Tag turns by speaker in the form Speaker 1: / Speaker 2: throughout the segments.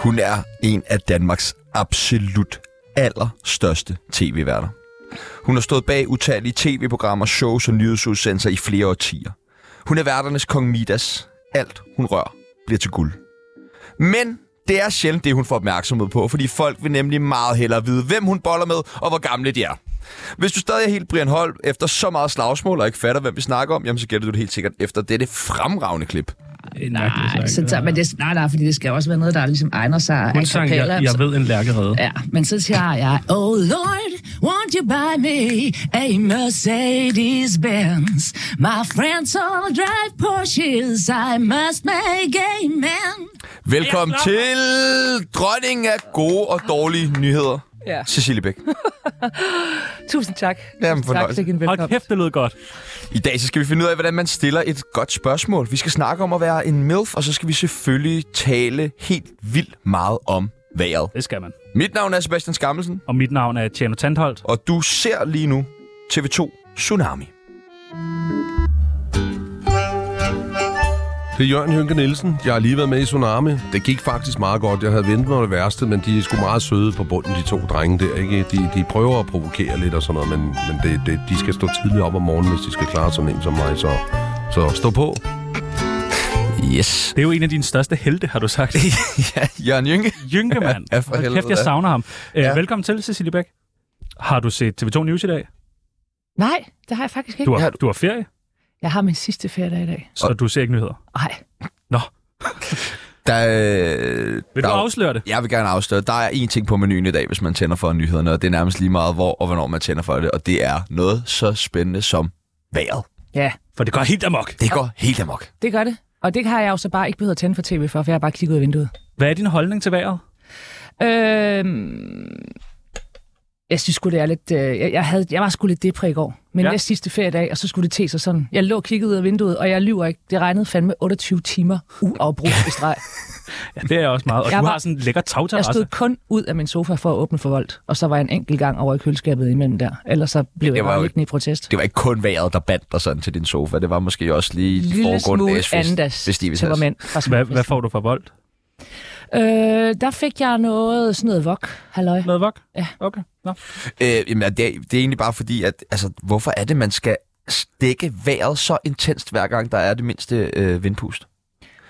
Speaker 1: Hun er en af Danmarks absolut allerstørste tv-værter. Hun har stået bag utallige tv-programmer, shows og nyhedsudsendelser i flere årtier. Hun er værternes kong Midas. Alt, hun rører, bliver til guld. Men det er sjældent det, hun får opmærksomhed på, fordi folk vil nemlig meget hellere vide, hvem hun boller med og hvor gamle de er. Hvis du stadig er helt Brian Holm efter så meget slagsmål og ikke fatter, hvem vi snakker om, jamen så gætter du det helt sikkert efter dette fremragende klip.
Speaker 2: Nej, så tager man det, nej, nej, fordi det skal jo også være noget, der ligesom egner sig.
Speaker 3: Hun
Speaker 2: a
Speaker 3: sang,
Speaker 2: cappella,
Speaker 3: jeg, jeg ved en lærkerede.
Speaker 2: Ja, men så tager jeg, Oh Lord, won't you buy me a Mercedes-Benz? My friends all drive Porsches, I must make a man.
Speaker 1: Velkommen
Speaker 3: Jeg
Speaker 1: til dronning af gode og dårlige nyheder,
Speaker 4: Ja.
Speaker 1: Cecilie Bæk.
Speaker 4: Tusind tak.
Speaker 1: Jamen,
Speaker 4: Tusind tak,
Speaker 1: fornøjelse.
Speaker 4: sikke en
Speaker 3: Hold
Speaker 4: velkomst.
Speaker 3: kæft, det lød godt.
Speaker 1: I dag så skal vi finde ud af, hvordan man stiller et godt spørgsmål. Vi skal snakke om at være en MILF, og så skal vi selvfølgelig tale helt vildt meget om vejret.
Speaker 3: Det skal man.
Speaker 1: Mit navn er Sebastian Skammelsen,
Speaker 3: Og mit navn er Tjerno Tandholt.
Speaker 1: og du ser lige nu TV2 Tsunami.
Speaker 5: Det er Jørgen Jynke Nielsen. Jeg har lige været med i Tsunami. Det gik faktisk meget godt. Jeg havde ventet mig det værste, men de er sgu meget søde på bunden, de to drenge der. Ikke? De, de prøver at provokere lidt og sådan noget, men, men det, det, de skal stå tidligt op om morgenen, hvis de skal klare sådan en som mig. Så, så stå på.
Speaker 1: Yes.
Speaker 3: Det er jo en af dine største helte, har du sagt.
Speaker 1: ja, Jørgen Jynke.
Speaker 3: Jynke, mand.
Speaker 1: Ja, for
Speaker 3: Hold
Speaker 1: helvede,
Speaker 3: kæft, jeg
Speaker 1: ja.
Speaker 3: savner ham.
Speaker 1: Ja.
Speaker 3: Ja. Velkommen til, Cecilie Bæk. Har du set TV2 News i dag?
Speaker 4: Nej, det har jeg faktisk ikke.
Speaker 3: Du
Speaker 1: Ja,
Speaker 3: har,
Speaker 1: du-
Speaker 3: du har ferie,
Speaker 4: Jeg har min sidste ferie i dag.
Speaker 3: så du ser ikke nyheder.
Speaker 4: Nej.
Speaker 3: Nå,
Speaker 1: Der, øh,
Speaker 3: vil
Speaker 1: der,
Speaker 3: du
Speaker 1: er jo-
Speaker 3: afsløre det?
Speaker 1: Jeg vil gerne afsløre, der er én ting på menuen i dag, hvis man tænder for nyhederne, og det er nærmest lige meget, hvor og hvornår man tænder for det, og det er noget så spændende som vejret.
Speaker 4: Ja,
Speaker 3: For det går helt amok.
Speaker 1: Det går helt amok.
Speaker 4: det gør det. Og det har jeg jo så bare ikke behøvet at tænde for tv for, for jeg har bare kigget ud af vinduet.
Speaker 3: Hvad er din holdning til vejret?
Speaker 4: Øhm, jeg synes sgu, det er lidt... Øh, jeg, jeg, havde, jeg var sgu lidt depre i går. Men
Speaker 3: Ja.
Speaker 4: ja. jeg sidste feriedag, og så skulle det te sig sådan. Jeg lå og kiggede ud af vinduet, og jeg lyver ikke. Det regnede fandme 28 timer uafbrudt i streg.
Speaker 3: Ja, det er jeg også meget. Og
Speaker 4: Jeg
Speaker 3: du
Speaker 4: var-
Speaker 3: har sådan en lækker
Speaker 4: Jeg
Speaker 3: tagterrasse.
Speaker 4: stod kun ud af min sofa for at åbne for voldt, og så var jeg en enkelt gang over i køleskabet imellem der. Ellers så blev
Speaker 1: Det
Speaker 4: jeg
Speaker 1: var jo-
Speaker 4: bare liggende i protest.
Speaker 1: Det var ikke kun vejret, der bandt dig sådan til din sofa. Det var måske også lige
Speaker 4: En lille smule andas
Speaker 1: det
Speaker 4: temperament. Fra
Speaker 3: Hvad, hvad får du fra Bold?
Speaker 4: Øh, der fik jeg noget, sådan noget vok, halløj.
Speaker 3: Noget vok?
Speaker 4: Ja.
Speaker 3: Okay. Nå.
Speaker 1: øh, jamen, det, er, det er egentlig bare fordi, at altså, hvorfor er det, man skal stikke vejret så intenst, hver gang der er det mindste øh, vindpust?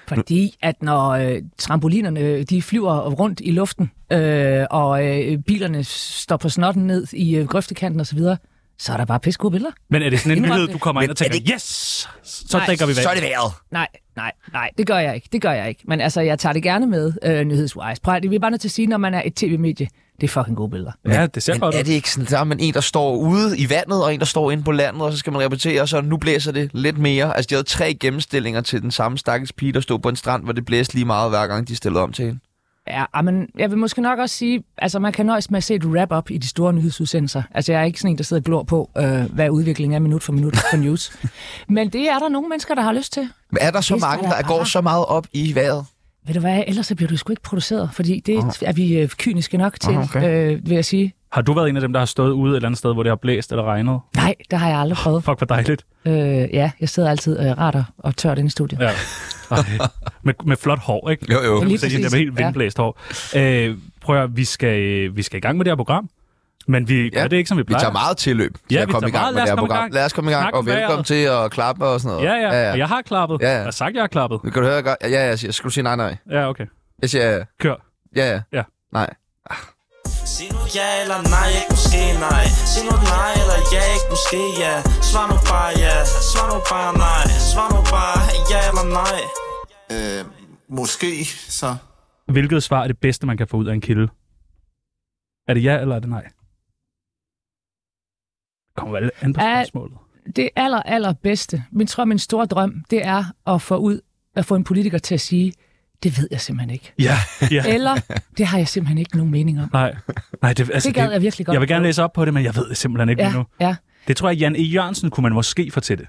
Speaker 4: Fordi at når øh, trampolinerne øh, de flyver rundt i luften, øh, og øh, bilerne står på snotten ned i øh, grøftekanten osv., så, videre, så er der bare pisse gode billeder.
Speaker 3: Men er det sådan en
Speaker 4: Indrøm
Speaker 3: nyhed,
Speaker 4: det.
Speaker 3: du kommer ind
Speaker 1: Men
Speaker 3: og tænker,
Speaker 1: er det-
Speaker 3: yes, så
Speaker 4: Nej,
Speaker 3: drikker vi vand.
Speaker 1: Så er det vejret.
Speaker 4: Nej, nej, nej, det gør jeg ikke. Det gør jeg ikke. Men altså, jeg tager det gerne med øh, nyhedswise. Prøv at, vi er bare nødt til at sige, når man er et tv-medie, det er fucking gode billeder.
Speaker 3: Ja, det ser godt
Speaker 1: Men er
Speaker 3: ud.
Speaker 1: det ikke sådan, der er man en, der står ude i vandet, og en, der står inde på landet, og så skal man repetere, og så nu blæser det lidt mere. Altså, de havde tre gennemstillinger til den samme stakkels pige, der stod på en strand, hvor det blæste lige meget, hver gang de stillede om til hende.
Speaker 4: Ja, ah, men jeg vil måske nok også sige, altså man kan nøjes med at se et wrap-up i de store nyhedsudsendelser. Altså jeg er ikke sådan en, der sidder og glor på, øh, hvad udviklingen er minut for minut på news. men det er der nogle mennesker, der har lyst til.
Speaker 1: Men er der så
Speaker 4: Det skal
Speaker 1: mange,
Speaker 4: der
Speaker 1: der går
Speaker 4: bare.
Speaker 1: så meget op i vejret?
Speaker 4: Ved du hvad, ellers så bliver du sgu ikke produceret, fordi det er vi øh, kyniske nok til, okay. øh, vil jeg sige.
Speaker 3: Har du været en af dem, der har stået ude et eller andet sted, hvor det har blæst eller regnet?
Speaker 4: Nej, det har jeg aldrig prøvet.
Speaker 3: Fuck, hvor dejligt.
Speaker 4: øh, ja, jeg sidder altid øh, rart og- og tørt inde i studiet.
Speaker 3: Ja. Ej. Med, med flot hår, ikke?
Speaker 1: Jo, jo.
Speaker 3: Det
Speaker 4: Lige
Speaker 3: er sådan,
Speaker 4: præcis.
Speaker 3: det er helt
Speaker 4: Ja.
Speaker 3: vindblæst hår. Øh, prøv at, høre, vi skal, øh, vi skal i gang med det her program. Men vi ja. gør det ikke, som vi
Speaker 1: Vi
Speaker 3: plejer.
Speaker 1: tager meget tilløb til
Speaker 3: Ja,
Speaker 1: at
Speaker 3: vi
Speaker 1: komme i
Speaker 3: tager
Speaker 1: gang
Speaker 3: meget.
Speaker 1: med
Speaker 3: Lad
Speaker 1: det
Speaker 3: os
Speaker 1: her
Speaker 3: komme i
Speaker 1: program.
Speaker 3: gang.
Speaker 1: Lad os komme i gang,
Speaker 3: Snak
Speaker 1: og
Speaker 3: om vejret.
Speaker 1: velkommen til at klappe og sådan noget.
Speaker 3: Ja, ja, ja. Og jeg har klappet.
Speaker 1: Ja, ja.
Speaker 3: Jeg har sagt, jeg har klappet.
Speaker 1: Nu Kan du høre, jeg gør- ja, ja, jeg siger, skal du sige nej, nej?
Speaker 3: Ja, okay.
Speaker 1: Jeg siger, ja,
Speaker 3: Kør.
Speaker 1: ja, ja.
Speaker 3: Ja.
Speaker 1: Nej.
Speaker 6: Sig nu ja eller nej, ikke måske nej Sig nu nej eller ja, ikke måske ja Svar nu bare ja, svar nu bare nej Svar nu bare ja eller nej
Speaker 7: Øh, måske så.
Speaker 3: Hvilket svar er det bedste, man kan få ud af en kilde? Er det ja, eller er det nej? Det kommer vel an på
Speaker 4: Er-
Speaker 3: spørgsmålet.
Speaker 4: det aller, aller bedste, min, tror, min store drøm, det er at få ud, at få en politiker til at sige, det ved jeg simpelthen ikke.
Speaker 3: Ja. ja.
Speaker 4: Eller, det har jeg simpelthen ikke nogen mening om.
Speaker 3: Nej. Nej, det, altså,
Speaker 4: Det gad jeg virkelig godt.
Speaker 3: Jeg vil gerne læse op på det, men jeg ved det simpelthen ikke
Speaker 4: Ja,
Speaker 3: lige nu.
Speaker 4: ja.
Speaker 3: Det tror jeg, Jan E. Jørgensen kunne man måske få til det.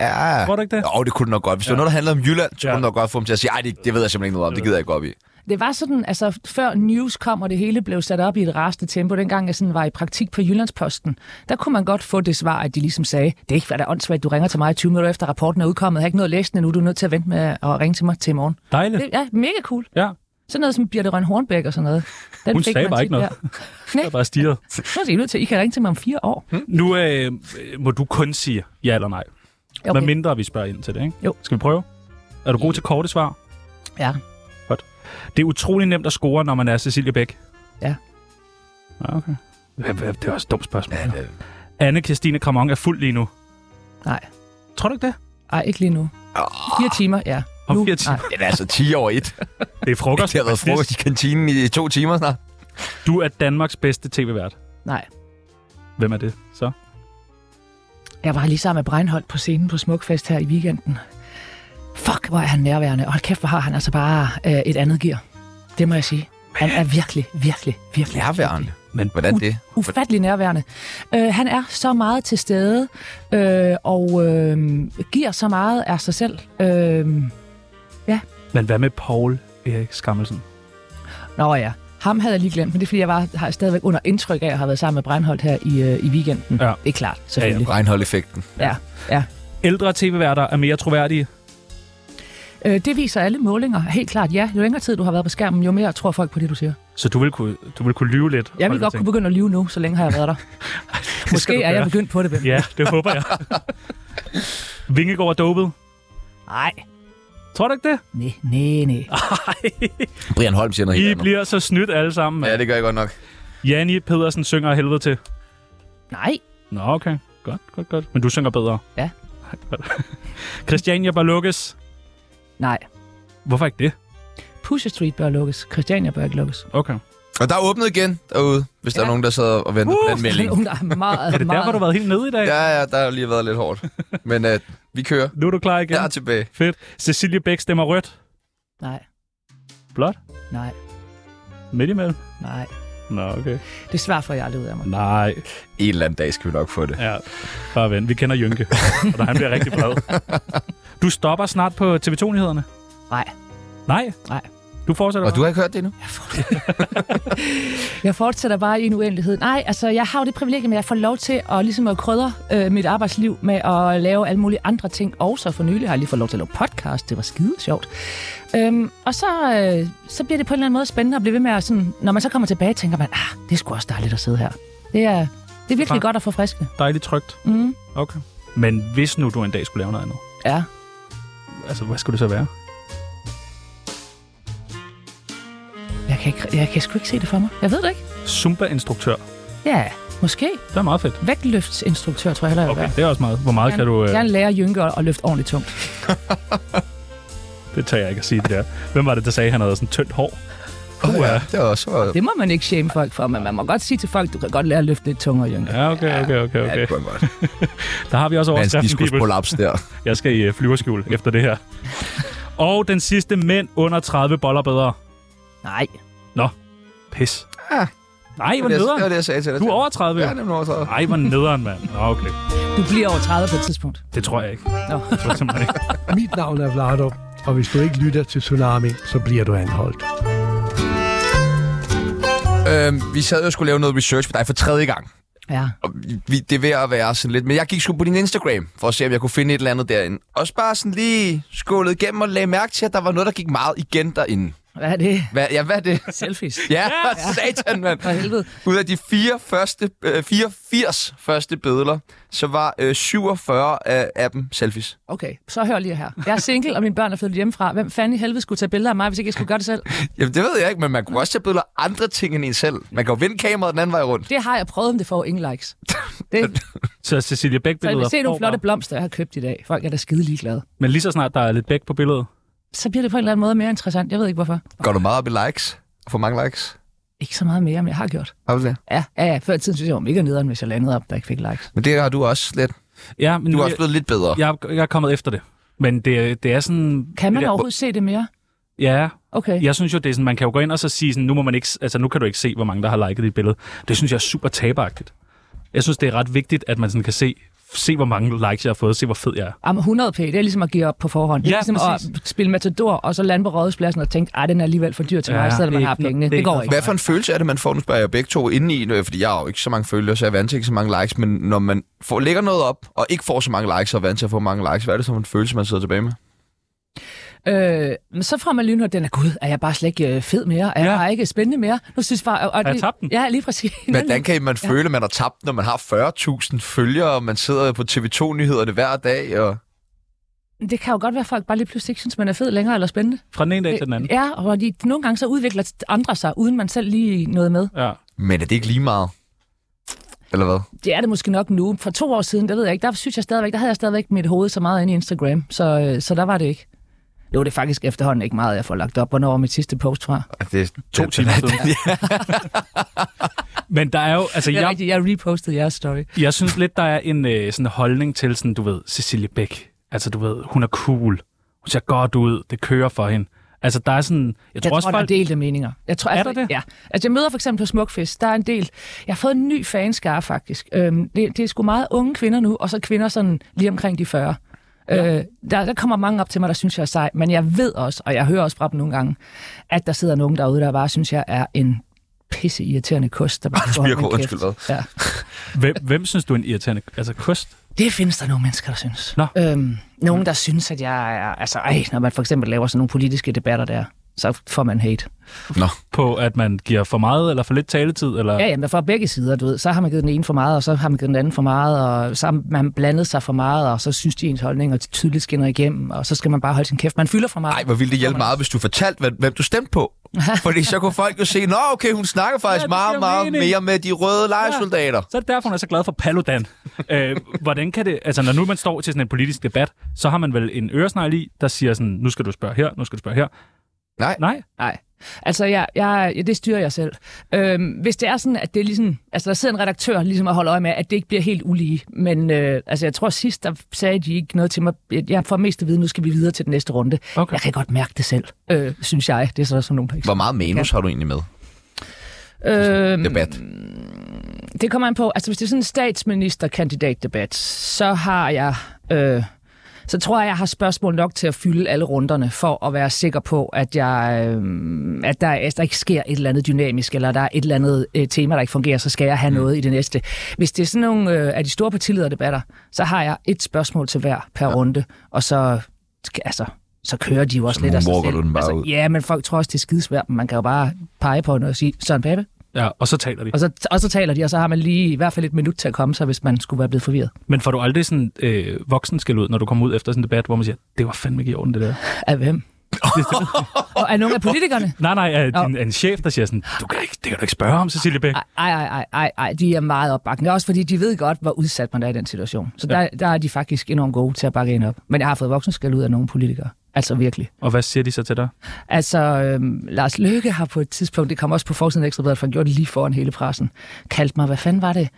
Speaker 1: Ja.
Speaker 3: Tror du ikke det?
Speaker 1: Jo, det kunne du nok godt. Hvis det var noget, der handlede om Jylland, så
Speaker 3: Ja.
Speaker 1: kunne du nok godt få dem til at sige, ej, det, det ved jeg simpelthen ikke noget om, det gider jeg ikke op i.
Speaker 4: Det var sådan, altså før news kom, og det hele blev sat op i et rasende tempo, dengang jeg sådan var i praktik på Jyllandsposten, der kunne man godt få det svar, at de ligesom sagde, det er ikke hvad der er åndssvagt, du ringer til mig 20 minutter efter rapporten er udkommet, jeg har ikke noget at læse den endnu, du er nødt til at vente med at ringe til mig til i morgen.
Speaker 3: Dejligt.
Speaker 4: Det er mega cool.
Speaker 3: Ja,
Speaker 4: Sådan noget som Birte Røn Hornbæk og sådan noget. Den
Speaker 3: Hun sagde bare ikke noget.
Speaker 4: Der. Nej,
Speaker 3: jeg bare stiger.
Speaker 4: så er I nødt til, I kan ringe til mig om fire år.
Speaker 3: Nu øh, må du kun sige ja eller nej. Okay. Hvad mindre vi spørger ind til det, ikke?
Speaker 4: Jo.
Speaker 3: Skal vi prøve? Er du god til korte svar?
Speaker 4: Ja.
Speaker 3: Det er utrolig nemt at score, når man er Cecilie Bæk.
Speaker 4: Ja.
Speaker 3: Ja, okay. Hvad- hvad- Det er også et dumt spørgsmål. Ja, det... anne Christine Kramon er fuld lige nu.
Speaker 4: Nej.
Speaker 3: Tror du ikke det?
Speaker 4: Ej, ikke lige nu. Fire timer, ja.
Speaker 3: Om
Speaker 4: Nu?
Speaker 3: fire timer.
Speaker 4: Nej.
Speaker 1: Den er altså 10 over 1.
Speaker 3: Det er frokost.
Speaker 1: Det har været frokost i kantinen i to timer snart.
Speaker 3: Du er Danmarks bedste tv-vært.
Speaker 4: Nej.
Speaker 3: Hvem er det så?
Speaker 4: Jeg var lige sammen med Breinholt på scenen på Smukfest her i weekenden. Fuck, hvor er han nærværende. Og hold kæft, hvor har han altså bare øh, et andet gear. Det må jeg sige. Han er virkelig, virkelig, virkelig
Speaker 1: Nærværende.
Speaker 3: Men
Speaker 1: Hvordan det?
Speaker 4: ufattelig nærværende. Øh, han er så meget til stede, øh, og øh, giver så meget af sig selv. Øh,
Speaker 3: Men hvad med Paul Erik Skammelsen?
Speaker 4: Nå ja, ham havde jeg lige glemt, men det er fordi, jeg var har stadigvæk under indtryk af, at jeg har været sammen med Breinholt her i, øh, i weekenden.
Speaker 3: Ja.
Speaker 4: Det er klart, selvfølgelig.
Speaker 1: Reinhold-effekten.
Speaker 4: Ja, ja. ja.
Speaker 3: Ældre tv-værter er mere troværdige.
Speaker 4: Øh, det viser alle målinger. Helt klart, ja. Jo længere tid du har været på skærmen, jo mere tror folk på det, du siger.
Speaker 3: Så du vil kunne, du vil kunne lyve lidt.
Speaker 4: Jeg vil
Speaker 3: har
Speaker 4: godt kunne begynde at lyve nu, så længe har jeg været der.
Speaker 3: tænkt. Det skal
Speaker 4: Måske
Speaker 3: du
Speaker 4: er jeg
Speaker 3: gøre.
Speaker 4: begyndt på det, hvem?
Speaker 3: Ja, det håber jeg. Vingegaard er dopet.
Speaker 4: Nej,
Speaker 3: Tror du ikke det?
Speaker 4: nej, nej, nej.
Speaker 1: Brian Holm siger noget
Speaker 3: I
Speaker 1: helt andet.
Speaker 3: bliver så snydt alle sammen.
Speaker 1: Ja,
Speaker 3: mand.
Speaker 1: det gør jeg godt nok.
Speaker 3: Janni Pedersen synger af helvede til.
Speaker 4: Nej,
Speaker 3: Nå, okay. Godt, godt, godt. Men du synger bedre.
Speaker 4: Ja.
Speaker 3: Godt. Christiania bør lukkes.
Speaker 4: nej.
Speaker 3: Hvorfor ikke det?
Speaker 4: Pusher Street bør lukkes. Christiania bør ikke lukkes.
Speaker 3: Okay.
Speaker 1: Og der er åbnet igen derude, hvis der
Speaker 4: Ja.
Speaker 1: er nogen, der sidder og venter
Speaker 3: Uh,
Speaker 1: på den melding.
Speaker 4: Hun Uh, er meget,
Speaker 3: Er det
Speaker 4: meget...
Speaker 3: derfor, du har været helt nede i dag?
Speaker 1: Ja, ja, der har lige været lidt hårdt. Men øh, vi kører.
Speaker 3: Nu er du klar igen.
Speaker 1: Jeg er tilbage.
Speaker 3: Fedt. Cecilie Bæk stemmer rødt.
Speaker 4: Nej,
Speaker 3: Blot.
Speaker 4: nej,
Speaker 3: Midt imellem.
Speaker 4: nej.
Speaker 3: Nå, okay.
Speaker 4: Det svar får jeg aldrig ud af mig.
Speaker 3: Nej.
Speaker 1: En eller anden dag skal vi nok få det.
Speaker 3: Ja, bare vent. Vi kender Jynke, og der, han bliver rigtig vred. Du stopper snart på TV2-nyhederne.
Speaker 4: Nej,
Speaker 3: Nej.
Speaker 4: Nej.
Speaker 3: Du fortsætter.
Speaker 1: Og du har ikke hørt det endnu?
Speaker 4: Jeg fortsætter bare i en uendelighed. Nej, altså jeg har jo det privilegium, at jeg får lov til at, ligesom at krydre øh, mit arbejdsliv med at lave alle mulige andre ting. Og så for nylig har jeg lige fået lov til at lave podcast. Det var skide sjovt. Øhm, og så, øh, så bliver det på en eller anden måde spændende at blive ved med at sådan, når man så kommer tilbage, tænker man, ah, det er sgu også dejligt at sidde her. Det er, det er virkelig
Speaker 3: Klart.
Speaker 4: godt at få friske.
Speaker 3: Dejligt trygt.
Speaker 4: Mm.
Speaker 3: Okay. Men hvis nu du en dag skulle lave noget andet,
Speaker 4: Ja.
Speaker 3: altså hvad skulle det så være?
Speaker 4: Jeg kan, ikke, jeg kan sgu ikke se det for mig. Jeg ved det ikke.
Speaker 3: Zumba-instruktør.
Speaker 4: Ja, måske.
Speaker 3: Det er meget fedt.
Speaker 4: Vægtløftsinstruktør, tror jeg heller, jeg vil
Speaker 3: Okay,
Speaker 4: være.
Speaker 3: det er også meget. Hvor meget kan du... Øh,
Speaker 4: Gerne lære Jynke at, at løfte ordentligt tungt.
Speaker 3: det tør jeg ikke at sige, det der. Hvem var det, der sagde, at han havde sådan tyndt hår?
Speaker 1: Oh, ja. Det var også...
Speaker 4: Det må man ikke shame folk for, men man må godt sige til folk, du kan godt lære at løfte lidt tungere, Jynke.
Speaker 3: Ja, okay, okay, okay.
Speaker 1: Ja, det
Speaker 3: okay.
Speaker 1: kunne han godt.
Speaker 3: Der har vi også
Speaker 1: Hans
Speaker 3: overskriften, Bibel.
Speaker 1: diskusprolaps der.
Speaker 3: Jeg skal i øh, flyverskjul efter det her. Og den sidste mænd under 30 boller bedre.
Speaker 4: Nej.
Speaker 3: Pis. Nej, hvor
Speaker 1: Det var det,
Speaker 3: nederen.
Speaker 1: jeg sagde til dig.
Speaker 3: Du er over 30.
Speaker 1: Ja, nemlig over 30.
Speaker 3: Ej, hvor nederen, mand. Nå, okay.
Speaker 4: Du bliver over 30 på et tidspunkt.
Speaker 3: Det tror jeg ikke.
Speaker 4: Nå.
Speaker 3: Det tror jeg simpelthen ikke.
Speaker 8: Mit navn er Vlado, og hvis du ikke lytter til Tsunami, så bliver du anholdt.
Speaker 1: Øhm, vi sad jo og skulle lave noget research for dig for tredje gang.
Speaker 4: Ja.
Speaker 1: Og vi, det er ved at være sådan lidt... Men jeg gik sgu på din Instagram, for at se, om jeg kunne finde et eller andet derinde. Også bare sådan lige skålet igennem og lagde mærke til, at der var noget, der gik meget igen derinde.
Speaker 4: Hvad er det?
Speaker 1: Hvad, ja, hvad er det?
Speaker 4: Selfies.
Speaker 1: Ja, satan, mand.
Speaker 4: For helvede.
Speaker 1: Ud af de fire første, øh, 84 første billeder, så var øh, 47 af, af dem selfies.
Speaker 4: Okay, så hør lige her. Jeg er single, og mine børn er flyttet hjemmefra. Hvem fanden i helvede skulle tage billeder af mig, hvis ikke jeg skulle gøre det selv?
Speaker 1: Jamen, det ved jeg ikke, men man kunne også tage billeder af andre ting end en selv. Man kan jo vende kameraet den anden vej rundt.
Speaker 4: Det har jeg prøvet, men det får ingen likes. Det,
Speaker 3: Så Cecilia Bæk
Speaker 4: så jeg
Speaker 3: billeder.
Speaker 4: vil se nogle flotte blomster, jeg har købt i dag. Folk er da skide ligeglade.
Speaker 3: Men lige så snart der er lidt Bæk på billedet.
Speaker 4: Så bliver det på en eller anden måde mere interessant. Jeg ved ikke hvorfor.
Speaker 1: Går du meget op i likes? Og får mange likes?
Speaker 4: Ikke så meget mere, men jeg har gjort.
Speaker 1: Har du det?
Speaker 4: Ja, ja, ja. Før i tiden synes jeg, jeg var mega nederen, hvis jeg landede op, der ikke fik likes.
Speaker 1: Men det har du også lidt.
Speaker 3: Ja, men
Speaker 1: Du
Speaker 3: nu,
Speaker 1: er også blevet lidt bedre.
Speaker 3: jeg, jeg, jeg er kommet efter det. Men det, det er sådan...
Speaker 4: Kan
Speaker 3: det
Speaker 4: man
Speaker 3: der-
Speaker 4: overhovedet se det mere?
Speaker 3: Ja,
Speaker 4: Okay.
Speaker 3: jeg synes jo, det er sådan, man kan jo gå ind og så sige sådan, nu, må man ikke, altså, nu kan du ikke se, hvor mange der har liket dit billede. Det synes jeg er super taberagtigt. Jeg synes, det er ret vigtigt, at man sådan kan se se, hvor mange likes jeg har fået, se, hvor fed jeg er.
Speaker 4: Jamen, 100 p, det er ligesom at give op på forhånd. det
Speaker 3: Ja,
Speaker 4: er ligesom
Speaker 3: præcis.
Speaker 4: at spille Matador, og så lande på rådhuspladsen og tænke, ej, den er alligevel for dyr til
Speaker 3: Ja,
Speaker 4: mig, selvom
Speaker 3: det
Speaker 4: man
Speaker 3: er
Speaker 4: har
Speaker 3: ikke noget-
Speaker 4: pengene.
Speaker 3: det er
Speaker 4: Det
Speaker 3: ikke
Speaker 4: går
Speaker 3: noget
Speaker 4: ikke.
Speaker 1: Hvad for en følelse er det, man får? Nu spørger jeg begge to indeni, øh, fordi jeg har jo ikke så mange følgere, så jeg er vant til ikke så mange likes, men når man får, lægger noget op og ikke får så mange likes, og er vant til at få mange likes, hvad er det så for en følelse, man sidder tilbage med?
Speaker 4: Øh, men så får man lynhurt, den er gud, er jeg bare slet ikke øh, fed mere? Er jeg
Speaker 3: Ja.
Speaker 4: bare ikke spændende mere? Nu synes bare, og, og
Speaker 3: jeg
Speaker 4: det-
Speaker 3: tabt den?
Speaker 4: Ja, lige præcis.
Speaker 1: Hvordan kan man føle, at man har tabt, når man har 40.000 følgere, og man sidder på TV2-nyhederne hver dag? Og...
Speaker 4: Det kan jo godt være, at folk bare lige pludselig ikke synes, man er fed længere eller spændende.
Speaker 3: Fra den ene dag til den anden.
Speaker 4: Ja, og de, nogle gange så udvikler andre sig, uden man selv lige noget med.
Speaker 3: Ja.
Speaker 1: Men er det ikke lige meget? Eller hvad?
Speaker 4: Det er det måske nok nu. For to år siden, der ved jeg ikke, der synes jeg stadigvæk, der havde jeg stadigvæk mit hoved så meget inde i Instagram, så, øh, så der var det ikke. Jo, det er faktisk efterhånden ikke meget, jeg får lagt op. Hvornår var mit sidste post fra?
Speaker 1: Det er
Speaker 3: To timer siden. Men der er jo, altså
Speaker 4: Det er
Speaker 3: jeg,
Speaker 4: rigtigt, jeg repostede jeres story.
Speaker 3: jeg synes lidt, der er en øh, sådan holdning til sådan, du ved, Cecilie Bæk. Altså du ved, hun er cool. Hun ser godt ud. Det kører for hende. Altså der er sådan, jeg
Speaker 4: Jeg
Speaker 3: tror
Speaker 4: tror,
Speaker 3: også
Speaker 4: der er
Speaker 3: folk...
Speaker 4: delte meninger. Jeg tror,
Speaker 3: Er
Speaker 4: altså,
Speaker 3: der det?
Speaker 4: Ja. Altså, jeg møder for eksempel på Smukfest, der er en del. Jeg har fået en ny fanskare, faktisk. Øhm, det, det er sgu meget unge kvinder nu, og så kvinder sådan lige omkring de 40. Ja. Øh, der, der kommer mange op til mig, der synes, jeg er sej, men jeg ved også, og jeg hører også fra dem nogle gange, at der sidder nogen derude, der bare synes, jeg er en pisse irriterende kost. Der bare
Speaker 1: Spirko,
Speaker 4: holde min kæft.
Speaker 1: undskyld, hvad?
Speaker 4: Ja.
Speaker 3: Hvem, hvem synes du er en irriterende... Altså kost?
Speaker 4: Det findes der nogle mennesker, der synes.
Speaker 3: Nå.
Speaker 4: Øhm, nogen, der synes, at jeg er... Altså, ej, når man for eksempel laver sådan nogle politiske debatter der, så får man hate.
Speaker 3: på, at man giver for meget eller for lidt taletid? Eller?
Speaker 4: Ja, jamen fra begge sider, du ved. Så har man givet den ene for meget, og så har man givet den anden for meget, og så har man blandet sig for meget, og så synes de ens holdninger tydeligt skinner igennem, og så skal man bare holde sin kæft. Man fylder for meget.
Speaker 1: Ej, hvor ville det hjælpe meget, hvis du fortalte, hvem, hvem du stemte på. Fordi så kunne folk jo se, nå okay, hun snakker faktisk ja,
Speaker 3: Ja, det
Speaker 1: meget,
Speaker 3: giver
Speaker 1: meget
Speaker 3: mening."
Speaker 1: mere med de røde lejesoldater.
Speaker 3: Så er det derfor, hun er så glad for Paludan. øh, hvordan kan det... Altså, når nu man står til sådan en politisk debat, så har man vel en øresnegl i, der siger sådan, nu skal du spørge her, nu skal du spørge her.
Speaker 1: Nej.
Speaker 3: Nej.
Speaker 4: Nej. Altså, jeg, jeg, ja, det styrer jeg selv. Øhm, hvis det er sådan, at det er ligesom... Altså, der sidder en redaktør ligesom og holder øje med, at det ikke bliver helt ulige. Men øh, altså, jeg tror sidst, der sagde de ikke noget til mig. Jeg- Jeg får mest at vide, nu skal vi videre til den næste runde.
Speaker 3: Okay.
Speaker 4: Jeg kan godt mærke det selv, øh, synes jeg. Det er så der sådan nogen, der ikke...
Speaker 1: Hvor meget manus har du egentlig med?
Speaker 4: Øhm,
Speaker 1: Debat.
Speaker 4: Det kommer an på, altså hvis det er sådan en statsministerkandidatdebat, så har jeg, øh, så tror jeg, jeg har spørgsmål nok til at fylde alle runderne, for at være sikker på, at, jeg, øh, at der, at der ikke sker et eller andet dynamisk, eller der er et eller andet øh, tema, der ikke fungerer, så skal jeg
Speaker 1: Mm.
Speaker 4: have noget i det næste. Hvis det er sådan nogle øh, af de store partilederdebatter, så har jeg et spørgsmål til hver per ja. runde, og så, altså, så kører de jo også
Speaker 1: Så
Speaker 4: lidt af sig
Speaker 1: moonwalker
Speaker 4: selv.
Speaker 1: du den bare
Speaker 4: altså,
Speaker 1: ud.
Speaker 4: ja, men folk tror også, det er skidesvært, men man kan jo bare pege på noget og sige, Søren Pape,
Speaker 3: Ja, og så taler de.
Speaker 4: og så, og så taler de, og så har man lige i hvert fald et minut til at komme sig, hvis man skulle være blevet forvirret.
Speaker 3: Men får du aldrig sådan øh, voksen skal ud, når du kommer ud efter sådan en debat, hvor man siger, det var fandme ikke i orden, det der.
Speaker 4: Af hvem? og af nogle af politikerne?
Speaker 3: Nej, nej, er
Speaker 4: Nå.
Speaker 3: din, er en chef, der siger sådan, du kan ikke, det kan du ikke spørge om, Cecilie Bæk.
Speaker 4: Ej, ej, ej, ej, ej, de er meget opbakkende. Også fordi de ved godt, hvor udsat man er i den situation. Så der, der er de faktisk enormt gode til at bakke en op. Men jeg har fået voksenskæld ud af nogle politikere. Altså virkelig.
Speaker 3: Og hvad siger de så til dig?
Speaker 4: Altså, øhm, Lars Løkke har på et tidspunkt, det kom også på forsiden af ekstrabladet, for han gjorde det lige foran hele pressen, kaldt mig, hvad fanden var det?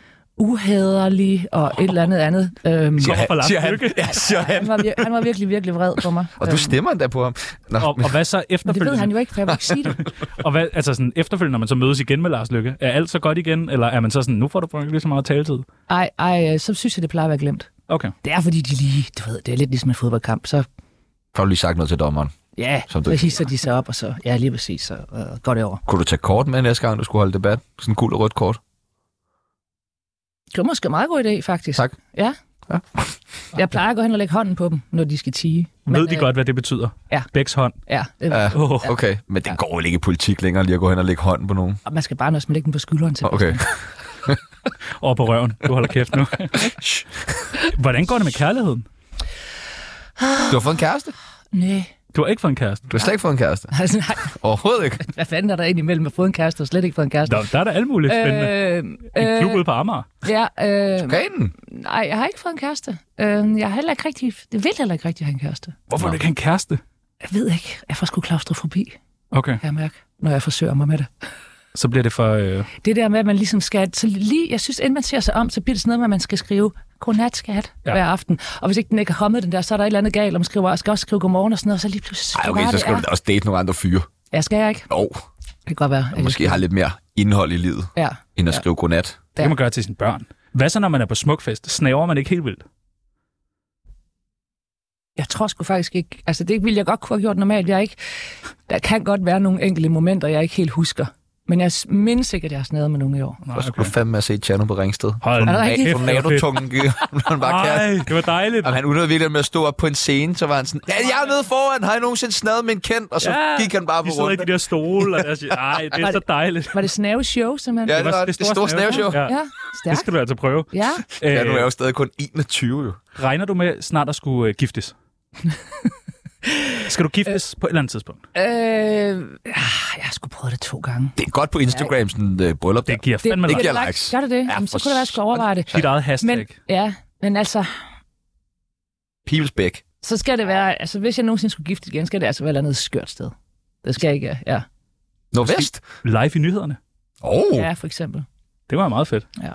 Speaker 4: Uhæderlig og et eller andet andet. Øhm,
Speaker 3: Kommer fra Lars
Speaker 1: siger han.
Speaker 3: Løkke.
Speaker 1: Ja, siger han.
Speaker 4: han, var, vir- han var virkelig, virkelig vred på mig.
Speaker 1: Og du
Speaker 4: Øhm,
Speaker 1: stemmer endda på ham. Nå,
Speaker 3: Og, og, hvad så
Speaker 4: men det
Speaker 3: efterfølgende?
Speaker 4: ved han jo ikke, for jeg vil ikke sige det.
Speaker 3: Og hvad, altså sådan, efterfølgende, når man så mødes igen med Lars Løkke, er alt så godt igen, eller er man så sådan, nu får du faktisk lige så meget taletid?
Speaker 4: Ej, ej, øh, så synes jeg, det plejer at være glemt.
Speaker 3: Okay.
Speaker 4: Det er fordi, de lige, du ved, det er lidt ligesom en fodboldkamp, så
Speaker 1: har du lige sagt noget til dommeren?
Speaker 4: ja,
Speaker 1: Som du
Speaker 4: så
Speaker 1: ikke
Speaker 4: hisser de sig op, og så, ja, lige præcis, så øh, går det over.
Speaker 1: Kunne du tage kort med næste gang, du skulle holde debat? Sådan en gul og rødt kort.
Speaker 4: Det var måske en meget god idé, faktisk.
Speaker 1: Tak.
Speaker 4: Ja.
Speaker 1: Ja.
Speaker 4: Jeg plejer at gå hen og lægge hånden på dem, når de skal tige.
Speaker 3: Men, ved de
Speaker 4: øh,
Speaker 3: godt, hvad det betyder?
Speaker 4: ja.
Speaker 3: Bæks hånd.
Speaker 4: Ja, det,
Speaker 1: Ja,
Speaker 3: Oh.
Speaker 1: okay. Men det går vel ikke i politik længere, lige at gå hen og lægge hånden på nogen.
Speaker 4: og man skal bare nøjes med at lægge dem på skulderen til.
Speaker 1: Okay.
Speaker 3: Over på røven. Du holder kæft nu. Hvordan går det med kærligheden?
Speaker 1: Du har fået en kæreste?
Speaker 4: Nej,
Speaker 3: Du har ikke fået en kæreste.
Speaker 1: Du har slet ikke fået en kæreste?
Speaker 4: altså nej,
Speaker 1: Overhovedet ikke.
Speaker 4: hvad fanden er der egentlig imellem at få en kæreste og slet ikke få en kæreste?
Speaker 3: Nå, der er der alt muligt spændende. Øh, en klub
Speaker 4: øh,
Speaker 3: ude på Amager.
Speaker 4: ja, øh,
Speaker 1: Grenen.
Speaker 4: nej, jeg har ikke fået en kæreste. Øh, jeg har heller ikke rigtig, det vil heller ikke rigtig have en kæreste.
Speaker 3: Hvorfor vil du ikke have en kæreste?
Speaker 4: Jeg ved ikke, jeg får sgu klaustrofobi.
Speaker 3: Okay.
Speaker 4: kan jeg mærke, når jeg forsøger mig med det.
Speaker 3: Så bliver det for... Øh...
Speaker 4: Det der med, at man ligesom skal... Så lige, jeg synes, inden man ser sig om, så bliver det sådan noget med, at man skal skrive godnat, skat,
Speaker 3: Ja.
Speaker 4: ja. hver aften. Og hvis ikke den ikke er kommet, den der, så er der et eller andet galt, og man skriver, jeg skal også skrive godmorgen og sådan noget, og så lige pludselig...
Speaker 1: Ej, okay,
Speaker 4: bare,
Speaker 1: så
Speaker 4: det
Speaker 1: skal du
Speaker 4: er.
Speaker 1: da også date nogle andre fyre.
Speaker 4: Ja, skal jeg ikke?
Speaker 1: Jo,
Speaker 4: Det kan godt være. at jeg
Speaker 1: måske har lidt mere indhold i livet,
Speaker 4: skal- Ja.
Speaker 1: end at skrive godnat.
Speaker 3: Det kan man gøre til sine børn. Hvad så, når man er på smukfest? Snaver man ikke helt vildt?
Speaker 4: Jeg tror sgu faktisk ikke... Altså, det ville jeg godt kunne have gjort normalt. Jeg er ikke, der kan godt være nogle enkelte momenter, jeg ikke helt husker. Men jeg mindes ikke, at jeg har snedet med nogen i år.
Speaker 1: Så skulle du fandme have set Tjerno på Ringsted.
Speaker 3: Hold
Speaker 4: Er der
Speaker 1: Af-
Speaker 4: rigtigt?
Speaker 1: På natotungen gyr. Han bare Altså,
Speaker 3: Nej,
Speaker 1: kære.
Speaker 3: det var dejligt.
Speaker 1: Jamen, han udøvede virkelig med at stå op på en scene, så var han sådan, ja, jeg er nede foran, har jeg nogensinde snadet med en kendt? Og så ja, gik han bare på
Speaker 3: de sidder i
Speaker 1: rundt.
Speaker 3: de der stole, og der siger, nej, det er så dejligt.
Speaker 4: Var det snave show, simpelthen?
Speaker 1: Ja, det var det store snæveshow.
Speaker 3: Ja.
Speaker 4: ja
Speaker 3: Det
Speaker 4: stærkt.
Speaker 3: skal du altså prøve.
Speaker 4: Ja.
Speaker 1: Ja, nu er jeg
Speaker 3: Øh,
Speaker 1: jo stadig kun 21, jo.
Speaker 3: regner du med snart at skulle øh, giftes? skal du giftes på et eller andet tidspunkt?
Speaker 4: Øh, ah, jeg har sgu prøvet det to gange.
Speaker 1: Det er godt på Instagram, sådan et øh, bryllup.
Speaker 3: Det giver fandme
Speaker 1: det
Speaker 3: det,
Speaker 1: giver
Speaker 4: det
Speaker 1: likes.
Speaker 4: Gør det det?
Speaker 1: Ja,
Speaker 4: Jamen, så
Speaker 1: for
Speaker 4: kunne det være, at jeg skulle overveje det.
Speaker 3: dit eget hashtag.
Speaker 4: Men,
Speaker 3: Men,
Speaker 4: ja, men altså,
Speaker 1: Pilsbæk.
Speaker 4: så skal det være... Altså, hvis jeg nogensinde skulle gifte igen, skal det altså være et eller andet skørt sted. Det skal ikke... Ja,
Speaker 1: Nordvest?
Speaker 3: Live i nyhederne.
Speaker 1: Åh.
Speaker 4: ja for eksempel.
Speaker 3: Det var meget fedt.
Speaker 1: Øh,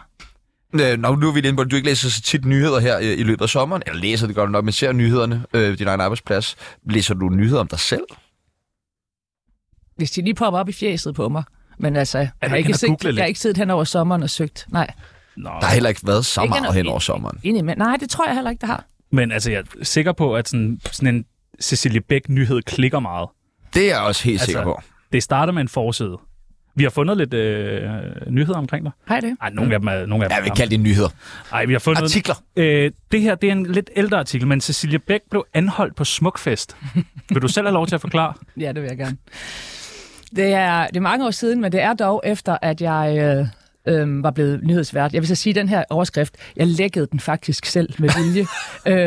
Speaker 1: Nå, nu er vi lidt inde på, at du ikke læser så tit nyheder her øh, i løbet af sommeren. Eller læser det godt nok, men ser nyhederne øh, din egen arbejdsplads. Læser du nyheder om dig selv?
Speaker 4: Hvis de lige popper op i fjeset på mig. Men altså, jeg har,
Speaker 3: ikke
Speaker 4: ikke
Speaker 3: henne at
Speaker 4: set,
Speaker 3: google lidt?
Speaker 4: jeg har ikke siddet hen over sommeren og søgt. Nej.
Speaker 3: Nå.
Speaker 1: Der har heller ikke været så
Speaker 4: Ikke
Speaker 1: meget
Speaker 4: noget-
Speaker 1: hen over sommeren.
Speaker 4: Enig, men nej, det tror jeg heller ikke, der har.
Speaker 3: Men altså, jeg er sikker på, at sådan, sådan en Cecilie Bæk-nyhed klikker meget.
Speaker 1: Det er jeg også helt altså,
Speaker 3: Altså,
Speaker 1: sikker på.
Speaker 3: Det starter med en forside. Vi har fundet lidt øh, nyheder omkring dig.
Speaker 4: Hej det.
Speaker 3: Ej, nogle af dem er... Nogle af dem
Speaker 1: Ja, vi
Speaker 3: er-
Speaker 1: kalder det nyheder.
Speaker 3: Ej, vi har fundet...
Speaker 1: Artikler.
Speaker 3: Øh, det her, det er en lidt ældre artikel, men Cecilie Bæk blev anholdt på Smukfest. Vil du selv have lov til at forklare?
Speaker 4: Ja, det vil jeg gerne. Det er, det er mange år siden, men det er dog efter, at jeg øh, øh, var blevet nyhedsvært. Jeg vil så sige den her overskrift. Jeg lækkede den faktisk selv med vilje.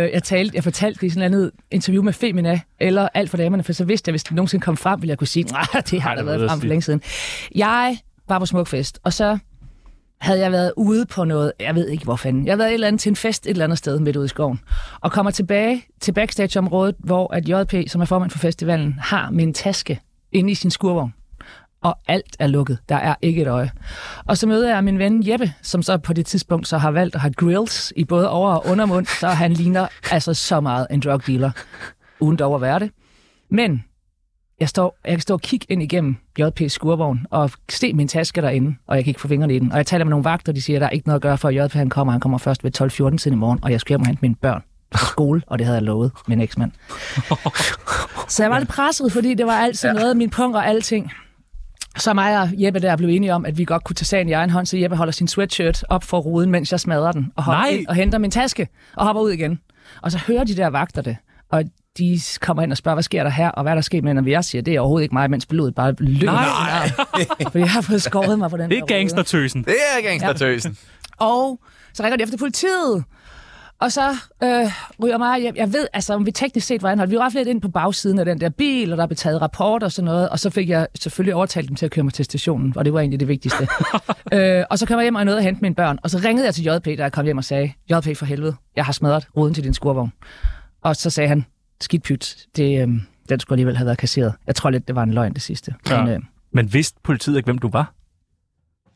Speaker 4: øh, jeg, talte, jeg fortalte det i sådan et eller andet interview med Femina, eller alt for damerne, for så vidste jeg, hvis det nogensinde kom frem, ville jeg kunne sige, nej, det har
Speaker 3: Ej,
Speaker 4: der
Speaker 3: det
Speaker 4: været
Speaker 3: ved
Speaker 4: frem
Speaker 3: jeg
Speaker 4: for
Speaker 3: sige.
Speaker 4: længe siden. Jeg var på Smukfest, og så havde jeg været ude på noget, jeg ved ikke hvor fanden, jeg havde været et eller andet til en fest et eller andet sted midt ude i skoven, og kommer tilbage til backstageområdet, hvor at JP, som er formand for festivalen, har min taske inde i sin skurvogn. Og alt er lukket. Der er ikke et øje. Og så møder jeg min ven Jeppe, som så på det tidspunkt så har valgt at have grills i både over- og undermund, så han ligner altså så meget en drug dealer. Uden dog at være det. Men jeg, står, jeg kan stå og kigge ind igennem JP's skurvogn og se min taske derinde, og jeg kan ikke få fingrene i den. Og jeg taler med nogle vagter, de siger, at der er ikke noget at gøre for, at JP han kommer. Han kommer først ved 12-14 tiden i morgen, og jeg skal hjem og hente mine børn fra skole, og det havde jeg lovet min eksmand. Så jeg var lidt presset, fordi det var altid ja. noget, min punkt og alting. Så mig og Jeppe der blev enige om, at vi godt kunne tage sagen i egen hånd, så Jeppe holder sin sweatshirt op for ruden, mens jeg smadrer den, og hopper
Speaker 3: Nej.
Speaker 4: ind og henter min taske, og hopper ud igen. Og så hører de der vagter det, og de kommer ind og spørger, hvad sker der her, og hvad er der sket med, når jeg siger, det er overhovedet ikke mig, mens blodet bare løber. Nej. Fordi jeg har fået skåret mig på den
Speaker 3: Det
Speaker 4: der
Speaker 3: er
Speaker 4: rude.
Speaker 3: gangstertøsen.
Speaker 1: Det er gangstertøsen. Ja.
Speaker 4: Og så ringer de efter politiet. Og så øh, ryger mig hjem. Jeg ved, altså, om vi teknisk set var anholdt. Vi var lidt ind på bagsiden af den der bil, og der blev taget rapport og sådan noget. Og så fik jeg selvfølgelig overtalt dem til at køre mig til stationen, og det var egentlig det vigtigste. øh, og så kom jeg hjem og nåede at hente mine børn. Og så ringede jeg til JP, da jeg kom hjem og sagde, JP for helvede, jeg har smadret ruden til din skurvogn. Og så sagde han, skidt pyt, det, øh, den skulle alligevel have været kasseret. Jeg tror lidt, det var en løgn det sidste. Ja. Men
Speaker 3: Ja.
Speaker 4: øh,
Speaker 3: Men vidste politiet ikke, hvem du var?